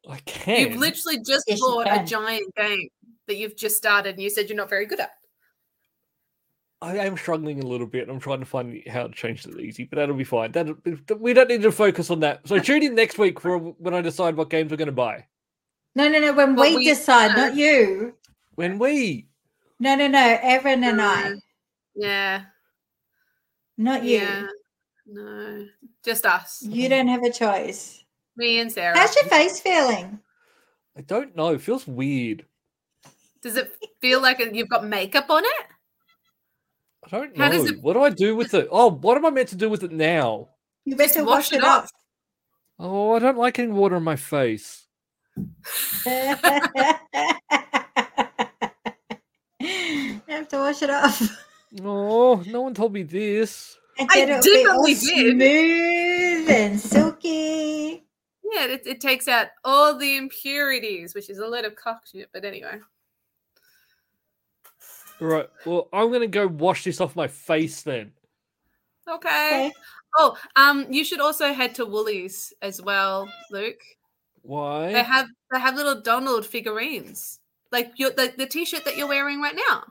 [SPEAKER 1] I can.
[SPEAKER 4] You've literally just
[SPEAKER 3] Yes, you
[SPEAKER 4] bought a
[SPEAKER 3] can.
[SPEAKER 4] giant game that you've just started and you said you're not very good at.
[SPEAKER 1] I am struggling a little bit. I'm trying to find how to change that easy, but that'll be fine. That we don't need to focus on that. So tune in next week for when I decide what games we're going to buy.
[SPEAKER 3] No, no, no. When
[SPEAKER 4] But
[SPEAKER 3] we,
[SPEAKER 4] we
[SPEAKER 3] decide,
[SPEAKER 4] can.
[SPEAKER 3] not you.
[SPEAKER 1] When we
[SPEAKER 3] No, no, no. Evan and I,
[SPEAKER 4] Yeah.
[SPEAKER 3] not you.
[SPEAKER 4] Yeah. No. Just us.
[SPEAKER 3] You don't have a choice.
[SPEAKER 4] Me and Sarah.
[SPEAKER 3] How's your face feeling?
[SPEAKER 1] I don't know. It feels weird.
[SPEAKER 4] Does it feel like you've got makeup on it?
[SPEAKER 1] I don't know.
[SPEAKER 4] How does it-
[SPEAKER 1] What do I do with it? Oh, what am I meant to do with it now?
[SPEAKER 3] You better wash
[SPEAKER 4] wash it
[SPEAKER 3] it off.
[SPEAKER 1] Oh, I don't like getting water on my face.
[SPEAKER 3] you have to wash it off.
[SPEAKER 1] No, Oh, no one told me this.
[SPEAKER 3] And
[SPEAKER 4] I
[SPEAKER 3] then it'll be all
[SPEAKER 4] definitely did.
[SPEAKER 3] smooth and silky.
[SPEAKER 4] Yeah, it, it takes out all the impurities, which is a lot of cock shit, but anyway.
[SPEAKER 1] Right. Well, I'm gonna go wash this off my face then.
[SPEAKER 4] Okay.
[SPEAKER 3] Okay.
[SPEAKER 4] Oh, um, you should also head to Woolies as well, Luke.
[SPEAKER 1] Why?
[SPEAKER 4] They have they have little Donald figurines. Like your the, the t shirt that you're wearing right now.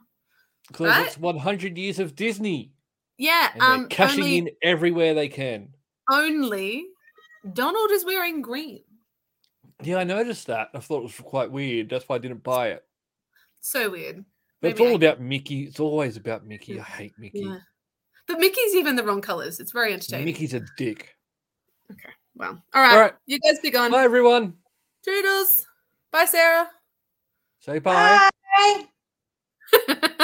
[SPEAKER 1] Because
[SPEAKER 4] right?
[SPEAKER 1] it's 100 years of Disney,
[SPEAKER 4] Yeah.
[SPEAKER 1] and
[SPEAKER 4] Um
[SPEAKER 1] they're cashing
[SPEAKER 4] only,
[SPEAKER 1] in everywhere they can.
[SPEAKER 4] only Donald is wearing green.
[SPEAKER 1] Yeah, I noticed that. I thought it was quite weird. That's why I didn't buy it.
[SPEAKER 4] So weird.
[SPEAKER 1] But it's
[SPEAKER 4] Maybe
[SPEAKER 1] all
[SPEAKER 4] I-
[SPEAKER 1] about Mickey. It's always about Mickey. I hate Mickey.
[SPEAKER 4] Yeah. But Mickey's even the wrong colours. It's very entertaining.
[SPEAKER 1] Mickey's a dick.
[SPEAKER 4] Wow. All right.
[SPEAKER 1] All right.
[SPEAKER 4] You guys be gone.
[SPEAKER 1] Bye, everyone.
[SPEAKER 4] Toodles. Bye, Sarah.
[SPEAKER 1] Say bye.
[SPEAKER 3] Bye.